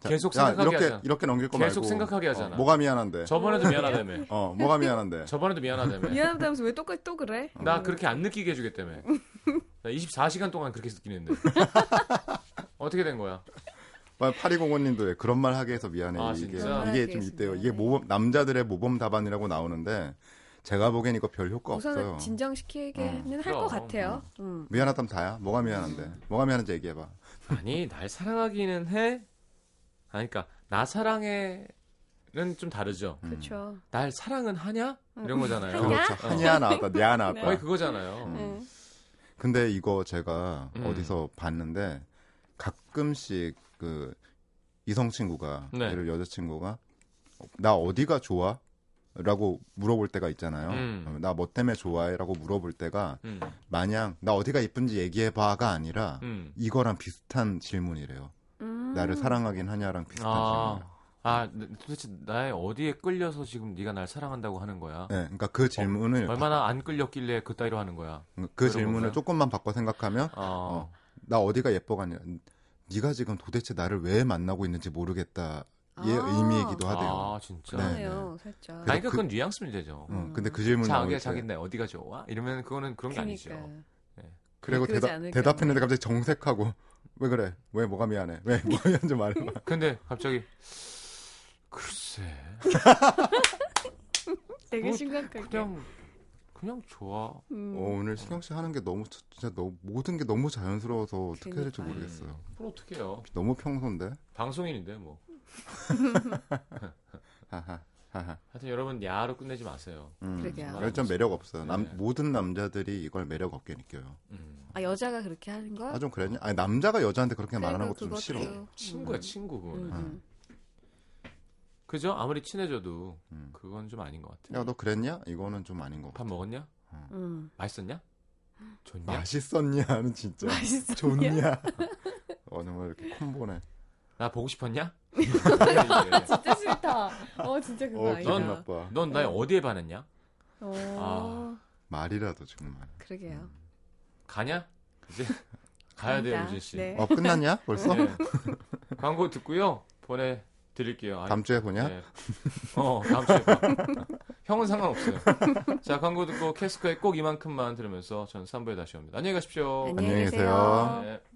[SPEAKER 3] 자,
[SPEAKER 1] 계속
[SPEAKER 3] 야,
[SPEAKER 1] 생각하게
[SPEAKER 3] 이렇게
[SPEAKER 1] 하잖아.
[SPEAKER 3] 이렇게 넘길 거
[SPEAKER 1] 계속
[SPEAKER 3] 말고
[SPEAKER 1] 생각하게 하잖아.
[SPEAKER 3] 어, 뭐가 미안한데?
[SPEAKER 4] 네.
[SPEAKER 1] 저번에도 미안하다며.
[SPEAKER 3] 어 뭐가 미안한데?
[SPEAKER 1] 저번에도
[SPEAKER 4] 예.
[SPEAKER 1] 미안하다며.
[SPEAKER 4] 미안하다면서 왜 똑같이 또 그래?
[SPEAKER 1] 나 그렇게 안 느끼게 해주겠다며. 나 24시간 동안 그렇게 느끼는데. 어떻게 된 거야?
[SPEAKER 3] 8205님도 그런 말 하게 해서 미안해
[SPEAKER 1] 아,
[SPEAKER 3] 이게
[SPEAKER 1] 진짜?
[SPEAKER 3] 이게 좀 있대요. 이게 모범 남자들의 모범 답안이라고 나오는데 제가 보기엔 이거 별 효과 없어요.
[SPEAKER 4] 우선은 진정시키기는 할
[SPEAKER 1] 그럼,
[SPEAKER 4] 것 같아요. 음.
[SPEAKER 3] 미안하다면 다야. 뭐가 미안한데? 뭐가 미안한지 얘기해봐.
[SPEAKER 1] 아니, 날 사랑하기는 해. 아니, 그니까, 나 사랑해는 좀 다르죠.
[SPEAKER 4] 그렇죠.
[SPEAKER 1] 날 사랑은 하냐? 이런 거잖아요.
[SPEAKER 4] 하냐?
[SPEAKER 3] 그렇죠. 하냐 나왔다, 냐 나왔다.
[SPEAKER 1] 거의 그거잖아요.
[SPEAKER 4] 음.
[SPEAKER 3] 근데 이거 제가
[SPEAKER 1] 음.
[SPEAKER 3] 어디서 봤는데 가끔씩 그 이성 친구가
[SPEAKER 1] 네.
[SPEAKER 3] 예를 여자 친구가 나 어디가 좋아? 라고 물어볼 때가 있잖아요.
[SPEAKER 1] 음.
[SPEAKER 3] 나 뭐 때문에 좋아해?라고 물어볼 때가
[SPEAKER 1] 음,
[SPEAKER 3] 마냥 나 어디가 이쁜지 얘기해봐가 아니라
[SPEAKER 1] 음.
[SPEAKER 3] 이거랑 비슷한 질문이래요.
[SPEAKER 4] 음.
[SPEAKER 3] 나를 사랑하긴 하냐랑 비슷한
[SPEAKER 1] 아.
[SPEAKER 3] 질문이에요.
[SPEAKER 1] 아, 도대체 나의 어디에 끌려서 지금 네가 날 사랑한다고 하는 거야?
[SPEAKER 3] 네, 그러니까 그 질문을
[SPEAKER 1] 얼마나 안 끌렸길래 그따위로 하는 거야?
[SPEAKER 3] 그
[SPEAKER 1] 그런
[SPEAKER 3] 질문을
[SPEAKER 1] 건가요?
[SPEAKER 3] 조금만 바꿔 생각하면
[SPEAKER 1] 어.
[SPEAKER 3] 어. 나 어디가 예뻐가냐. 네가 지금 도대체 나를 왜 만나고 있는지 모르겠다. 의
[SPEAKER 4] 아.
[SPEAKER 3] 의미이기도 그 하대요.
[SPEAKER 1] 아, 진짜.
[SPEAKER 3] 네.
[SPEAKER 4] 그러네요, 살짝.
[SPEAKER 1] 아니, 그러니까
[SPEAKER 3] 그-
[SPEAKER 1] 그건 뉘앙스 문제죠.
[SPEAKER 3] 어, 근데 그 질문
[SPEAKER 1] 자기
[SPEAKER 3] 나오니까
[SPEAKER 1] 자기 내 어디가 좋아? 이러면 그거는 그런 게 아니죠.
[SPEAKER 4] 그러니까.
[SPEAKER 3] 그리고
[SPEAKER 4] 그러지
[SPEAKER 3] 대답
[SPEAKER 4] 않을까요?
[SPEAKER 3] 대답했는데 갑자기 정색하고 왜 그래? 왜 뭐가 미안해? 왜 뭐가 미안한지 말해봐.
[SPEAKER 1] 근데 갑자기 글쎄
[SPEAKER 4] 되게
[SPEAKER 1] 뭐,
[SPEAKER 4] 심각하게.
[SPEAKER 1] 그냥 그냥 좋아.
[SPEAKER 4] 음.
[SPEAKER 3] 어, 오늘 신경 씨 하는 게 너무 진짜 너무 모든 게 너무 자연스러워서 어떻게 해야 될지
[SPEAKER 4] 그러니까요.
[SPEAKER 3] 모르겠어요.
[SPEAKER 1] 그럼 어떡해요?
[SPEAKER 3] 너무 평소인데.
[SPEAKER 1] 방송인인데 뭐.
[SPEAKER 3] 하하. 하하.
[SPEAKER 1] 하여튼 여러분 야로 끝내지 마세요.
[SPEAKER 3] 음,
[SPEAKER 4] 그러게요.
[SPEAKER 3] 열전 매력 없어요. 남,
[SPEAKER 1] 네.
[SPEAKER 3] 모든 남자들이 이걸 매력 없게 느껴요.
[SPEAKER 1] 음.
[SPEAKER 4] 아 여자가 그렇게 하는 거? 그러니까
[SPEAKER 3] 아 좀 그랬냐? 아니 남자가 여자한테 그렇게 말하는 것도
[SPEAKER 4] 그래도
[SPEAKER 3] 좀 싫어.
[SPEAKER 4] 그것도-
[SPEAKER 1] 친구야
[SPEAKER 4] 음.
[SPEAKER 1] 친구 그거는.
[SPEAKER 4] 음, 음.
[SPEAKER 1] 그죠? 아무리 친해져도
[SPEAKER 3] 음.
[SPEAKER 1] 그건 좀 아닌 것 같아요.
[SPEAKER 3] 야 너 그랬냐? 이거는 좀 아닌 것 같아.
[SPEAKER 1] 밥 먹었냐?
[SPEAKER 4] 음.
[SPEAKER 1] 맛있었냐? 좋냐?
[SPEAKER 3] 맛있었냐는 진짜 네.
[SPEAKER 4] 맛있어.
[SPEAKER 3] 좋냐? 어느 뭐 이렇게 콤보네.
[SPEAKER 1] 나 보고 싶었냐? 넌
[SPEAKER 4] 진짜 싫다. 어 진짜 그거
[SPEAKER 3] 어
[SPEAKER 4] 아니다.
[SPEAKER 3] 기분 나빠.
[SPEAKER 1] 나에 어디에 반했냐?
[SPEAKER 4] 어.
[SPEAKER 1] 아.
[SPEAKER 3] 말이라도 정말.
[SPEAKER 4] 그러게요.
[SPEAKER 1] 가냐? 이제 가야 돼요,
[SPEAKER 4] 갑니다.
[SPEAKER 1] 우진 씨.
[SPEAKER 4] 네.
[SPEAKER 3] 어 끝났냐? 벌써?
[SPEAKER 1] 네. 광고 듣고요. 보내 드릴게요.
[SPEAKER 3] 다음 주에 보냐?
[SPEAKER 1] 네. 어, 다음 주에 봐. 형은 상관없어요. 자, 광고 듣고 캐스커의 꼭 이만큼만 들으면서 전 3부에 다시 옵니다. 안녕히 가십시오.
[SPEAKER 4] 안녕히
[SPEAKER 3] 안녕히
[SPEAKER 4] 계세요.
[SPEAKER 3] 계세요.
[SPEAKER 1] 네.